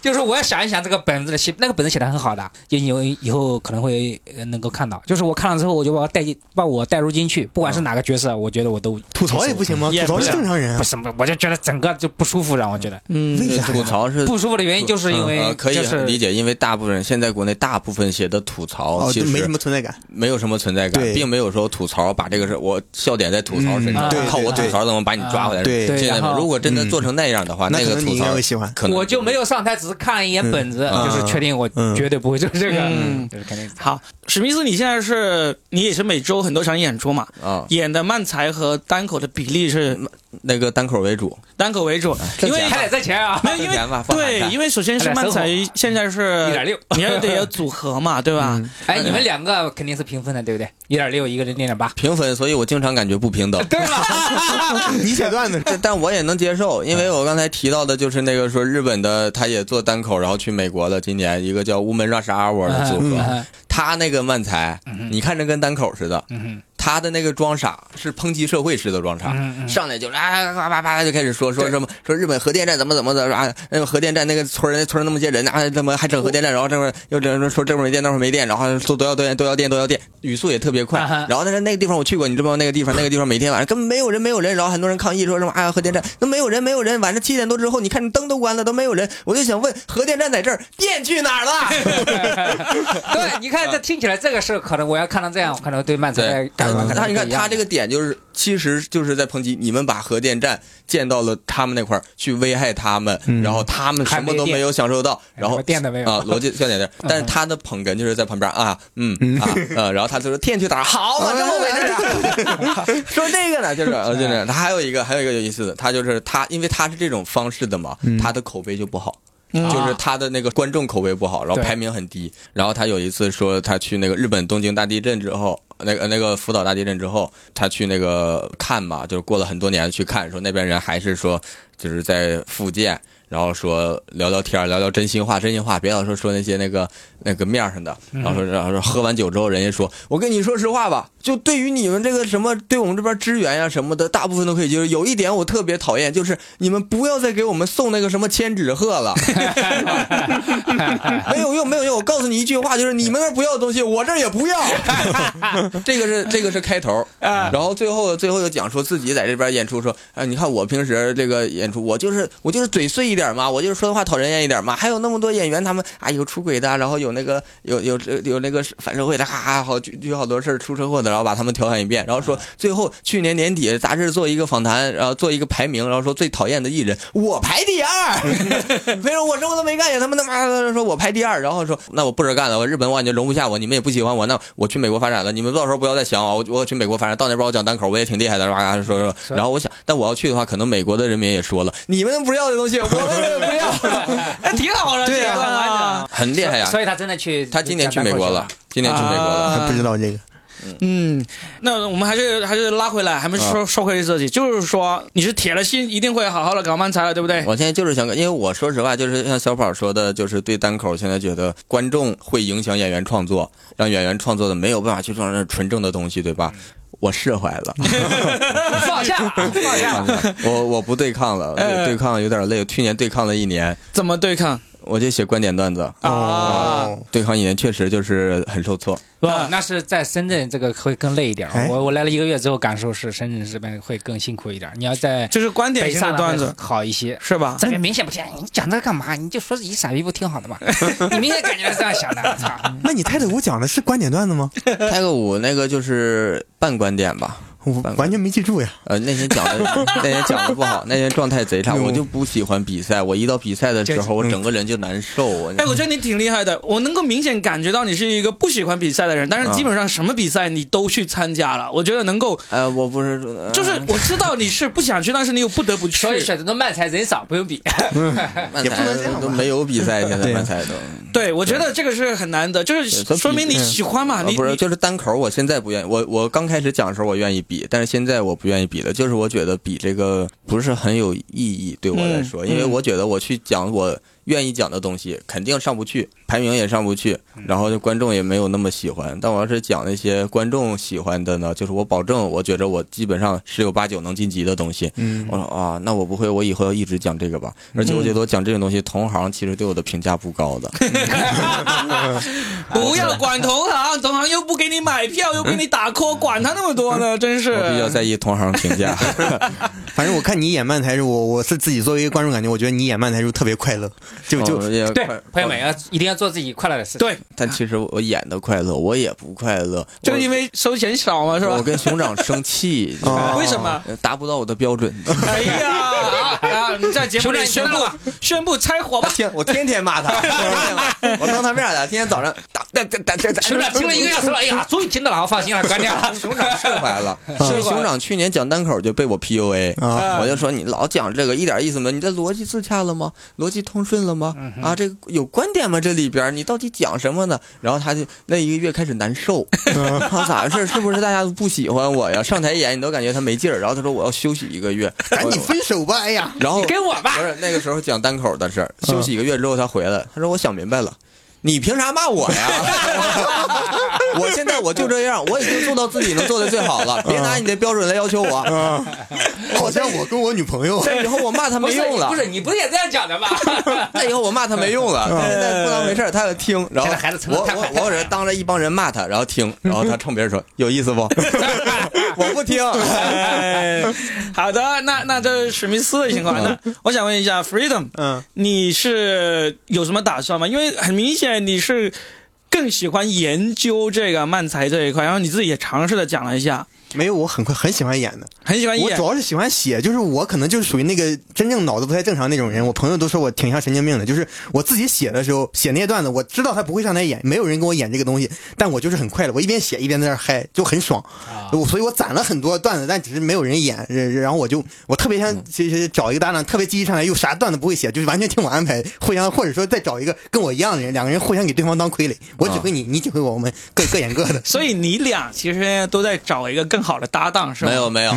[SPEAKER 3] 就是我要想一想这个本子的写，那个本子写的很好的，就以后以后可能会呃能够看到。就是我看了之后，我就把我带进，把我带入进去，不管是哪个角色，我觉得我都
[SPEAKER 4] 吐槽也不行吗？
[SPEAKER 1] 也
[SPEAKER 4] 吐
[SPEAKER 1] 不
[SPEAKER 4] 槽是
[SPEAKER 1] 行
[SPEAKER 4] 正常人
[SPEAKER 3] 不
[SPEAKER 4] 啊。
[SPEAKER 3] 什么，我就觉得整个就不舒服，让我觉得
[SPEAKER 1] 嗯，
[SPEAKER 4] 为啥
[SPEAKER 2] 吐
[SPEAKER 4] 呀？
[SPEAKER 2] 槽是
[SPEAKER 3] 不舒服的原因就是因为
[SPEAKER 2] 呃可以
[SPEAKER 3] 就是
[SPEAKER 2] 很理解，因为大部分人现在国内大部分写的吐槽
[SPEAKER 4] 哦，
[SPEAKER 2] 其
[SPEAKER 4] 就没什
[SPEAKER 2] 实
[SPEAKER 4] 么存在感。
[SPEAKER 2] 没有什么存在感，
[SPEAKER 4] 对
[SPEAKER 2] 并没有说吐槽把这个事我笑点在吐槽身上
[SPEAKER 3] 嗯对，
[SPEAKER 2] 靠我吐
[SPEAKER 3] 对对
[SPEAKER 2] 槽怎么把你抓回来？
[SPEAKER 4] 对
[SPEAKER 2] 现在
[SPEAKER 3] 然后
[SPEAKER 2] 如果真的做啊嗯成那样的话，
[SPEAKER 4] 那可
[SPEAKER 2] 个
[SPEAKER 4] 能你
[SPEAKER 2] 吐
[SPEAKER 4] 应该
[SPEAKER 2] 槽
[SPEAKER 4] 会喜欢
[SPEAKER 2] 可能
[SPEAKER 3] 我就没有上台，只是看了一眼本子，
[SPEAKER 2] 嗯
[SPEAKER 3] 就是确定我
[SPEAKER 4] 嗯
[SPEAKER 3] 绝对不会做这个，
[SPEAKER 1] 嗯
[SPEAKER 3] 就是肯定。
[SPEAKER 1] 好，史密斯，你现在是你也是每周很多场演出嘛？
[SPEAKER 2] 啊，
[SPEAKER 1] 演的漫才和单口的比例是
[SPEAKER 2] 那个单口为主，
[SPEAKER 1] 单口为主，因为
[SPEAKER 3] 还得挣钱啊，
[SPEAKER 1] 没有因为
[SPEAKER 2] 挣钱吧放
[SPEAKER 1] 对
[SPEAKER 2] 寒，假
[SPEAKER 1] 因为首先是漫才现在是
[SPEAKER 3] 一点六。
[SPEAKER 1] 你要得有组合嘛，对吧？
[SPEAKER 3] 哎，你们两个肯定是平分的，对不对？一点六，一个人零点八。
[SPEAKER 2] 平分，所以我经常感觉不平等。
[SPEAKER 3] 对了，
[SPEAKER 4] 你写段子，
[SPEAKER 2] 但但我也能接受，
[SPEAKER 3] 嗯
[SPEAKER 2] 因为我刚才提到的就是那个说日本的，他也做单口，然后去美国的，今年一个叫 Woman Rush Hour 的组合，
[SPEAKER 3] 嗯
[SPEAKER 2] 他那个漫才，你看着跟单口似的，
[SPEAKER 3] 嗯
[SPEAKER 2] 他的那个装傻是抨击社会式的装傻，
[SPEAKER 3] 嗯嗯
[SPEAKER 2] 上来就是啊啪啪啪就开始说说
[SPEAKER 3] 对
[SPEAKER 2] 什么说日本核电站怎么怎么的啊，那个核电站那个村儿那村儿那么些人啊，怎么还整核电站，然后这会儿又这么说这会儿没电那会儿没电，然后说都要电都要电都要电，语速也特别快
[SPEAKER 3] 啊哈。
[SPEAKER 2] 然后但是那个地方我去过，你知不知道那个地方那个地方每天晚上根本没有人没有人，然后很多人抗议说什么啊核电站那没有人没有人，晚上七点多之后你看灯都关了都没有人，我就想问核电站在这儿，电去哪儿了？
[SPEAKER 3] 对，你看这听起来这个事儿，可能我要看到这样，我可能对漫
[SPEAKER 2] 嗯
[SPEAKER 3] 才的哎感官可
[SPEAKER 2] 他
[SPEAKER 3] 能不
[SPEAKER 2] 你看
[SPEAKER 3] 一样
[SPEAKER 2] 他这个点就是，其实就是在抨击你们把核电站建到了他们那块儿去危害他们，然后他们什么都没有享受到，
[SPEAKER 3] 嗯还
[SPEAKER 2] 然后
[SPEAKER 3] 没电什么电都没有嗯
[SPEAKER 2] 啊， 逻辑笑点在这儿。但是他的捧哏就是在旁边啊，嗯啊呃，然后他就说电去打，好嘛，这么回事啊。 说这个呢，就是呃就这
[SPEAKER 3] 哎
[SPEAKER 2] 样。他还有一个还有一个有意思的，他就是他，因为他是这种方式的嘛，
[SPEAKER 3] 嗯
[SPEAKER 2] 他的口碑就不好。
[SPEAKER 1] 嗯
[SPEAKER 2] 就是他的那个观众口碑不好，然后
[SPEAKER 3] 对
[SPEAKER 2] 排名很低。然后他有一次说，他去那个日本东京大地震之后，那个那个福岛大地震之后，他去那个看嘛，就是过了很多年去看，说那边人还是说就是在复健，然后说聊聊天儿，聊聊真心话，真心话，别老说说那些那个那个面儿上的。然后说，然后说喝完酒之后，人家说，我跟你说实话吧，就对于你们这个什么，对我们这边支援呀、什么的，大部分都可以接受。有一点我特别讨厌，就是你们不要再给我们送那个什么千纸鹤了。 没有用，没有用。我告诉你一句话，就是你们那儿不要的东西，我这儿也不要。 这个是这个是开头，然后最后最后又讲说自己在这边演出说，哎，你看我平时这个演出，我就是我就是嘴碎一点嘛，我就是说的话讨人厌一点嘛。还有那么多演员，他们啊有出轨的，然后有那个有有有那个反社会的，哈、哈，好举举好多事儿出车祸的，然后把他们调侃一遍，然后说最后去年年底杂志做一个访谈，然后做一个排名，然后说最讨厌的艺人，我排第二，没有我什么都没干，也他妈他妈的说我排第二，然后说那我不能干了，我日本我感觉容不下我，你们也不喜欢我，那我去美国发展了，你们到时候不要再想啊我，我我去美国发展，到那边我讲单口我也挺厉害的，哇说说，然后我想，但我要去的话，可能美国的人民也说了，你们不要的东西我
[SPEAKER 3] 不要，
[SPEAKER 1] 哎，挺好的，
[SPEAKER 4] 对
[SPEAKER 1] 这
[SPEAKER 4] 啊
[SPEAKER 1] 个啊，
[SPEAKER 2] 很厉害呀。
[SPEAKER 3] 所以他真的去，
[SPEAKER 2] 他今年去美国了，今年去美国了。
[SPEAKER 4] 还不知道这个。
[SPEAKER 1] 嗯，那我们还是还是拉回来，还没说说回自己，就是说你是铁了心一定会好好的搞漫才的，对不对？
[SPEAKER 2] 我现在就是想，因为我说实话，就是像小宝说的，就是对单口，现在觉得观众会影响演员创作，让演员创作的没有办法去创作纯正的东西，对吧？我释怀了，
[SPEAKER 3] 放下， 放下。
[SPEAKER 2] 我我不对抗了，
[SPEAKER 1] 呃
[SPEAKER 2] 对抗有点累。去年对抗了一年，
[SPEAKER 1] 怎么对抗
[SPEAKER 2] 我就写观点段子，
[SPEAKER 1] 啊？
[SPEAKER 4] 哦，
[SPEAKER 2] 对抗一年确实就是很受挫。
[SPEAKER 3] 不
[SPEAKER 1] 啊，
[SPEAKER 3] 那是在深圳这个会更累一点。
[SPEAKER 4] 哎
[SPEAKER 3] 我我来了一个月之后，感受是深圳这边会更辛苦一点。你要在
[SPEAKER 1] 就是观点
[SPEAKER 3] 北
[SPEAKER 1] 性
[SPEAKER 3] 上
[SPEAKER 1] 的
[SPEAKER 3] 呢
[SPEAKER 1] 段
[SPEAKER 3] 会
[SPEAKER 1] 子
[SPEAKER 3] 好一些。
[SPEAKER 1] 是吧？
[SPEAKER 3] 这边明显不行，你讲这干嘛？你就说自己傻逼不挺好的吗？你明显感觉是这样想的，操！
[SPEAKER 5] 那你泰德舞讲的是观点段子吗？
[SPEAKER 2] 泰个舞那个就是半观点吧，
[SPEAKER 5] 我完全没记住呀。
[SPEAKER 2] 呃，那天讲的那天讲的不好，那天状态贼差，
[SPEAKER 5] 嗯
[SPEAKER 2] 我就不喜欢比赛。我一到比赛的时候，我整个人就难受。我
[SPEAKER 1] 哎，我觉得你挺厉害的，我能够明显感觉到你是一个不喜欢比赛的人，但是
[SPEAKER 2] 啊
[SPEAKER 1] 基本上什么比赛你都去参加了。我觉得能够，
[SPEAKER 2] 呃，我不是，呃
[SPEAKER 1] 就是我知道你是不想去，但是你又不得不去。
[SPEAKER 3] 所以选择的慢才人少，不用比。
[SPEAKER 4] 嗯
[SPEAKER 2] 漫
[SPEAKER 4] 也不能这
[SPEAKER 2] 才
[SPEAKER 4] 样吧
[SPEAKER 2] 都没有比赛，现在
[SPEAKER 5] 对啊
[SPEAKER 2] 漫才都
[SPEAKER 1] 对，我觉得这个是很难的，就是
[SPEAKER 2] 对
[SPEAKER 1] 说明你喜欢嘛，
[SPEAKER 2] 呃
[SPEAKER 1] 啊你
[SPEAKER 2] 不是
[SPEAKER 1] 你
[SPEAKER 2] 就是单口。我现在不愿意，我我刚开始讲的时候我愿意比，但是现在我不愿意比了，就是我觉得比这个不是很有意义对我来说，
[SPEAKER 1] 嗯
[SPEAKER 2] 因为我觉得我去讲我愿意讲的东西，肯定上不去，排名也上不去，
[SPEAKER 1] 嗯
[SPEAKER 2] 然后就观众也没有那么喜欢。但我要是讲那些观众喜欢的呢，就是我保证，我觉着我基本上十有八九能晋级的东西。
[SPEAKER 5] 嗯
[SPEAKER 2] 我说啊，那我不会，我以后要一直讲这个吧。
[SPEAKER 1] 嗯
[SPEAKER 2] 而且我觉得我讲这种东西，同行其实对我的评价不高的。
[SPEAKER 1] 不
[SPEAKER 2] 啊
[SPEAKER 1] 要管同行，同行又不给你买票，又给你打 call，管他那么多呢，真是。
[SPEAKER 2] 我比较在意同行评 价。
[SPEAKER 4] 反正我看你演漫才是我我是自己作为一个观众感觉，我觉得你演漫才是特别快乐，就就
[SPEAKER 2] 哦也
[SPEAKER 3] 对
[SPEAKER 2] 快，
[SPEAKER 3] 朋友们要一定要做自己快乐的事。，
[SPEAKER 1] 对，
[SPEAKER 2] 但其实我演的快乐，我也不快乐，
[SPEAKER 1] 就是
[SPEAKER 2] 为
[SPEAKER 1] 因为收钱少嘛，是吧
[SPEAKER 2] 我？跟熊掌生气，
[SPEAKER 5] 哦
[SPEAKER 1] 为什么？
[SPEAKER 2] 呃达不到我的标准。
[SPEAKER 1] 哎呀，啊，你在节目里宣
[SPEAKER 3] 兄弟你知道
[SPEAKER 1] 布
[SPEAKER 3] 吧
[SPEAKER 1] 宣布拆伙吧。
[SPEAKER 2] 天，我天天骂他，我当他面的，天天早上打打打打打，
[SPEAKER 3] 熊掌听了一个小时了，哎呀，终于听到了，我放心了，关掉了。
[SPEAKER 2] 熊掌 释怀了。是熊掌去年讲单口就被我 PUA，
[SPEAKER 5] 啊
[SPEAKER 2] 我就说你老讲这个一点意思没有，你的逻辑自洽了吗？逻辑通顺了吗？啊，这个有观点吗？这里边儿你到底讲什么呢？然后他就那一个月开始难 受，他咋回事？是不是大家都不喜欢我呀？上台演你都感觉他没劲儿，然后他说我要休息一个月，
[SPEAKER 4] 赶紧
[SPEAKER 2] 我
[SPEAKER 4] 分手吧！哎呀，
[SPEAKER 2] 然后
[SPEAKER 3] 你跟我吧
[SPEAKER 2] 不
[SPEAKER 3] 嗯
[SPEAKER 2] 是那个时候讲单口的事儿，休息一个月之后他回来，他说我想明白了。你凭啥骂我 呀？我现在我就这样，我已经做到自己能做的最好
[SPEAKER 3] 嗯
[SPEAKER 2] 了，别拿你的标准来要求我。
[SPEAKER 4] 好像我跟我女朋友，
[SPEAKER 2] 那以后我骂他
[SPEAKER 3] 不
[SPEAKER 2] 没
[SPEAKER 3] 是
[SPEAKER 2] 用了
[SPEAKER 3] 不，是你不是也这样讲的吗？
[SPEAKER 2] 那以后我骂他没用了，但是那不当回事儿，他要听。然后
[SPEAKER 3] 现在孩子成嗯
[SPEAKER 2] 我
[SPEAKER 3] 长太快
[SPEAKER 2] 我我只是当着一帮人骂他，然后听，然后他冲别 人说有意思不？我不听。
[SPEAKER 1] 哎，好的，那那这是史密斯的情况呢？我想问一下，Freedom，
[SPEAKER 5] 嗯，
[SPEAKER 1] 你是有什么打算吗？因为很明显你是更喜欢研究这个漫才这一块，然后你自己也尝试的讲了一下，
[SPEAKER 4] 没有，我很快很喜欢演的，
[SPEAKER 1] 很喜欢
[SPEAKER 4] 我
[SPEAKER 1] 演
[SPEAKER 4] 主。要是喜欢写，就是我可能就是属于那个真正脑子不太正常那种人。我朋友都说我挺像神经病的，就是我自己写的时候写那些段子，我知道他不会上台演，没有人跟我演这个东西，但我就是很快乐，我一边写一边在那儿嗨，就很爽。
[SPEAKER 3] 啊
[SPEAKER 4] 我所以我攒了很多段子，但只是没有人演，呃然后我就我特别
[SPEAKER 3] 嗯
[SPEAKER 4] 想其实找一个搭档，特别积极上来又啥段子不会写，就是完全听我安排，互相或者说再找一个跟我一样的人，两个人互相给对方当傀儡，我
[SPEAKER 3] 啊
[SPEAKER 4] 指挥你，你指挥我，我们各各演各的。
[SPEAKER 1] 所以你俩其实都在找一个更好的搭档，是吗？
[SPEAKER 2] 没有， 没有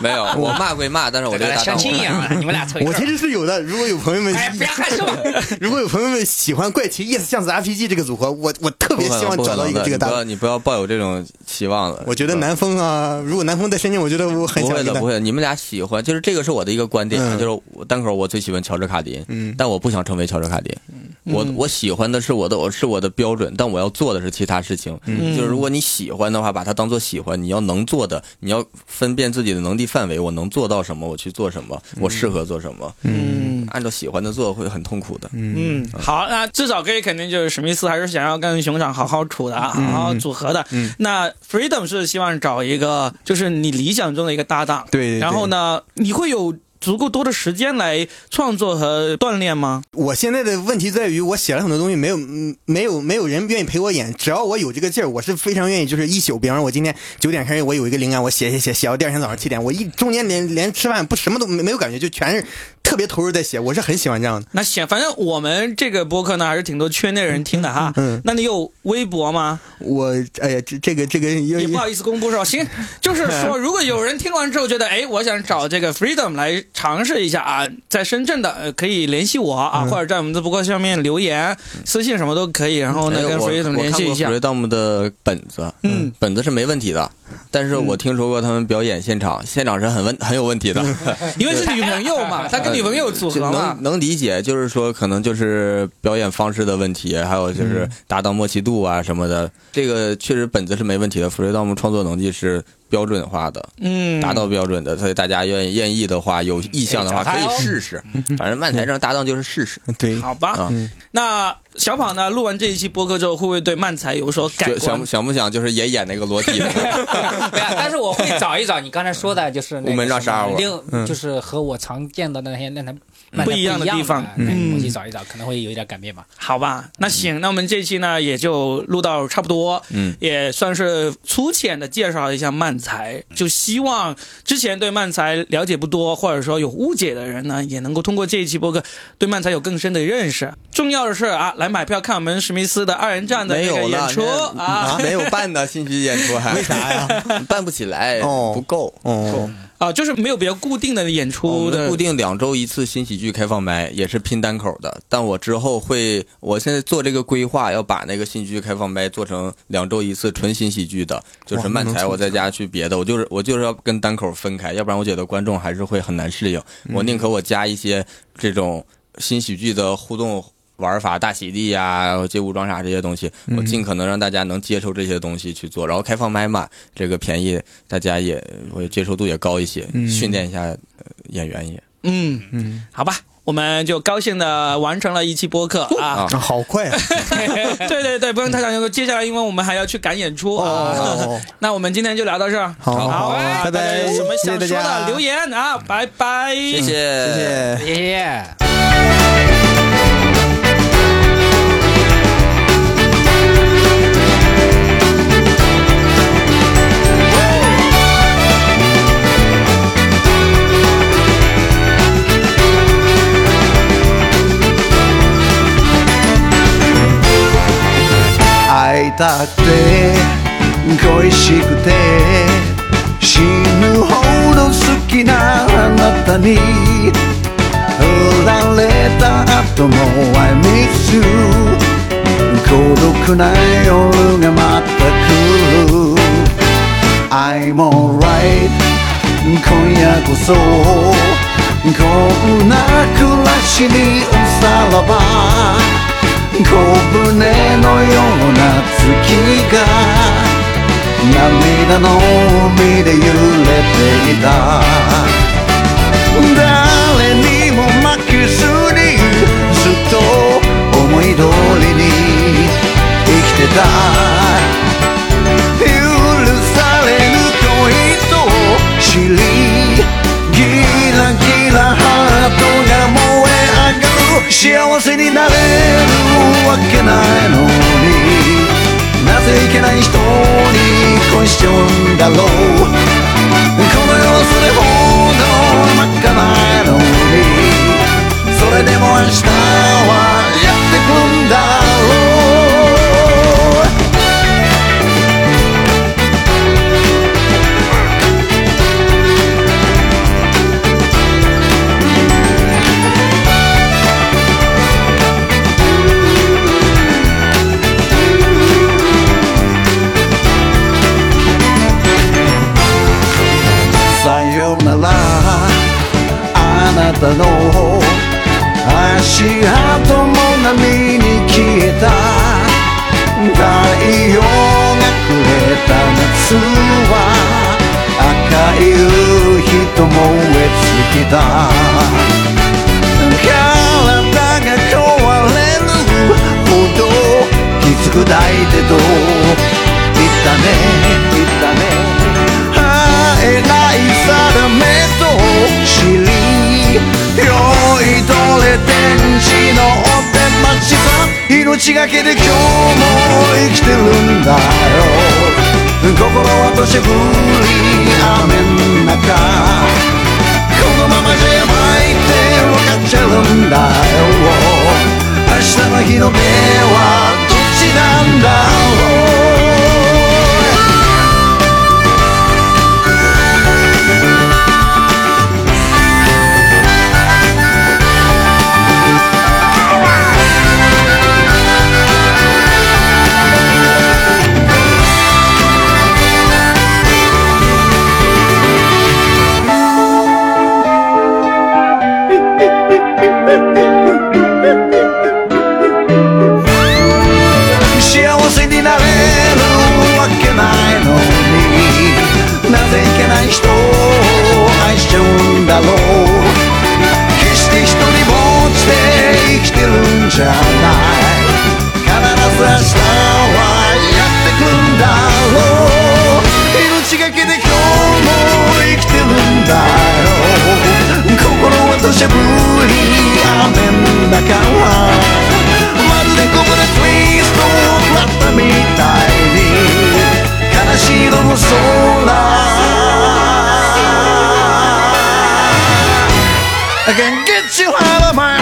[SPEAKER 2] 没有，我骂归骂，但是我这个搭
[SPEAKER 3] 相
[SPEAKER 2] 档
[SPEAKER 3] 亲一
[SPEAKER 2] 我
[SPEAKER 3] 样， 啊你们俩凑一
[SPEAKER 4] 我
[SPEAKER 3] 块
[SPEAKER 4] 其
[SPEAKER 3] 儿。
[SPEAKER 4] 实是有的，如果有朋友们，
[SPEAKER 3] 哎，不要害羞。
[SPEAKER 4] 如果有朋友们喜欢怪奇 Yes 像子 RPG 这个组合，我我 特别希望找到一个这个搭
[SPEAKER 2] 不可
[SPEAKER 4] 档。
[SPEAKER 2] 能你不要你不要抱有这种期望了。
[SPEAKER 4] 我觉得南风啊，如果南风在深圳，我觉得我很
[SPEAKER 2] 不
[SPEAKER 4] 想
[SPEAKER 2] 会
[SPEAKER 4] 一个
[SPEAKER 2] 的，
[SPEAKER 4] 搭
[SPEAKER 2] 不会的。你们俩喜欢，就是这个是我的一个观点，啊
[SPEAKER 4] 嗯
[SPEAKER 2] 就是我单口我最喜欢乔治卡林，
[SPEAKER 4] 嗯
[SPEAKER 2] 但我不想成为乔治卡林。我我喜欢的是我的，我是我的标准，但我要做的是其他事情。
[SPEAKER 4] 嗯
[SPEAKER 2] 就是如果你喜欢的话，把它当做喜欢，你要能做的，你要分辨自己的能力范围，我能做到什么，我去做什么，我适合做什么。
[SPEAKER 1] 嗯
[SPEAKER 2] 按照喜欢的做会很痛苦的。
[SPEAKER 1] 嗯，好，那至少可以肯定就是史密斯还是想要跟熊掌好好处的，啊，好好组合的。那 Freedom 是希望找一个就是你理想中的一个搭档，
[SPEAKER 5] 对对对
[SPEAKER 1] 然后呢，你会有足够多的时间来创作和锻炼吗？
[SPEAKER 4] 我现在的问题在于，我写了很多东西，没有嗯没有没有人愿意陪我演。只要我有这个劲儿，我是非常愿意，就是一宿。比方说，我今天九点开始，我有一个灵感，我写写写写到第二天早上七点，我一中间连连吃饭不什么都没没有感觉，就全是特别投入在写。我是很喜欢这样的。
[SPEAKER 1] 那显，反正我们这个播客呢，还是挺多圈内人听的哈。
[SPEAKER 4] 嗯，
[SPEAKER 1] 那你有微博吗？
[SPEAKER 4] 我哎呀，这这个这个
[SPEAKER 1] 也
[SPEAKER 4] 也
[SPEAKER 1] 不好意思公布是吧？行， 就是说，如果有人听完之后觉得，哎，我想找这个 Freedom 来尝试一下啊，在深圳的、呃可以联系我啊，
[SPEAKER 2] 嗯
[SPEAKER 1] 或者在我们的博客下面留言、私信什么都可以，然后呢
[SPEAKER 2] 哎
[SPEAKER 1] 哦跟
[SPEAKER 2] 我
[SPEAKER 1] Freedom 联系一下
[SPEAKER 2] 我。看过 Freedom 的本子，
[SPEAKER 1] 嗯，
[SPEAKER 2] 本子是没问题的，但是我听说过他们表演现场，现场是很问很有问题的，
[SPEAKER 1] 嗯因为是女朋友 嘛，他跟女朋友组合
[SPEAKER 2] 就
[SPEAKER 1] 嘛
[SPEAKER 2] 能。能理解，就是说可能就是表演方式的问题，还有就是
[SPEAKER 1] 嗯
[SPEAKER 2] 搭档默契度啊什么的，这个确实本子是没问题的。Freedom 创作能力是标准化的，
[SPEAKER 1] 嗯，
[SPEAKER 2] 达到标准的，所以大家愿意愿意的话，有意向的话
[SPEAKER 3] 哎
[SPEAKER 2] 可
[SPEAKER 3] 找他哦
[SPEAKER 2] 以 试试。反正漫才上搭档就是试试，
[SPEAKER 4] 对，
[SPEAKER 1] 好吧。
[SPEAKER 2] 啊
[SPEAKER 1] 那小跑呢？录完这一期播客之后，会不会对漫才有所改
[SPEAKER 2] 就
[SPEAKER 1] 观
[SPEAKER 2] 想？想不想就是也演那个裸 体的？
[SPEAKER 3] 对啊，但是我会找一找你刚才说的，就是那个
[SPEAKER 2] 我们让
[SPEAKER 3] 什么
[SPEAKER 2] 杀我
[SPEAKER 3] 另就是和我常见到的那些那台那台
[SPEAKER 1] 不
[SPEAKER 3] 不
[SPEAKER 1] 一样的地方
[SPEAKER 3] 一样的哎
[SPEAKER 1] 嗯
[SPEAKER 3] 对我去找一找，可能会有一点改变吧。
[SPEAKER 1] 好吧，那行，那我们这期呢也就录到差不多，
[SPEAKER 2] 嗯，
[SPEAKER 1] 也算是粗浅的介绍了一下漫才，就希望之前对漫才了解不多或者说有误解的人呢，也能够通过这一期播客对漫才有更深的认识。重要的是啊，来买票看我们史密斯的二人转的
[SPEAKER 2] 没
[SPEAKER 1] 那个
[SPEAKER 2] 有
[SPEAKER 1] 演
[SPEAKER 2] 了
[SPEAKER 1] 出啊
[SPEAKER 2] 没有办的新区演出还为啥呀？办不起来，
[SPEAKER 4] 哦
[SPEAKER 2] 不够。
[SPEAKER 4] 哦，
[SPEAKER 1] 啊，就是没有比较固定的演
[SPEAKER 2] 哦我
[SPEAKER 1] 出
[SPEAKER 2] 们
[SPEAKER 1] 的
[SPEAKER 2] 固定两周一次新喜剧开放麦，也是拼单口的。但我之后会，我现在做这个规划，要把那个新喜剧开放麦做成两周一次纯新喜剧的，就是漫才我在家去别的，我就是我就是要跟单口分开，要不然我觉得观众还是会很难适应。
[SPEAKER 1] 嗯
[SPEAKER 2] 我宁可我加一些这种新喜剧的互动。玩法大喜地呀、啊街舞装傻这些东西，
[SPEAKER 1] 嗯
[SPEAKER 2] 我尽可能让大家能接受这些东西去做。然后开放麦嘛，这个便宜，大家也会接受度也高一些，训练一下呃演员也。
[SPEAKER 1] 嗯，嗯，好吧，我们就高兴的完成了一期播客啊。
[SPEAKER 4] 啊好快啊！
[SPEAKER 1] 对对对，不用太长，接下来因为我们还要去赶演出啊。
[SPEAKER 4] 哦，
[SPEAKER 1] 那我们今天就聊到这儿，
[SPEAKER 4] 好
[SPEAKER 1] 好，哎啊
[SPEAKER 4] 好拜拜
[SPEAKER 1] 大家有什么想说
[SPEAKER 4] 谢谢大
[SPEAKER 1] 的
[SPEAKER 4] 家
[SPEAKER 1] 留言啊，拜拜，谢
[SPEAKER 2] 谢谢，
[SPEAKER 4] 谢
[SPEAKER 3] 谢
[SPEAKER 4] 谢。
[SPEAKER 3] 谢。
[SPEAKER 6] 会いたくて恋しくて死ぬほど好きなあなたに振られた後も I miss you 孤独な夜がまた来る I'm alright 今夜こそこんな暮らしにおさらば小舟のような月が涙の海で揺れていた誰にも負けずにずっと思い通りに生きてた許されぬ恋と知りギラギラハートが燃え上がる幸せになれるわけないのになぜいけない人に恋しちゃうんだろうこの世それほど真っ赤ないのにそれでも明日はやってくんだろうさよならあなたの足跡も波に消えた太陽がくれた夏は赤い夕日と燃え尽きた体が壊れるほどきつく抱いてと言ったね言ったね生えない定めと知り待ちさ命がけで今日も生きてるんだよ心は土砂降り雨の中このままじゃやばいって分かっちゃうんだよ明日の日の目はどっちなんだろう幸せになれるわけないのになぜいけない人を愛しちゃうんだろう決して一人ぼっちで生きてるんじゃない必ず明日はやってくるんだろう命がけで今日も生きてるんだよ心は土砂降り雨の中まるでここでツイストをらったみたいに悲しい色の空 I can get you out of my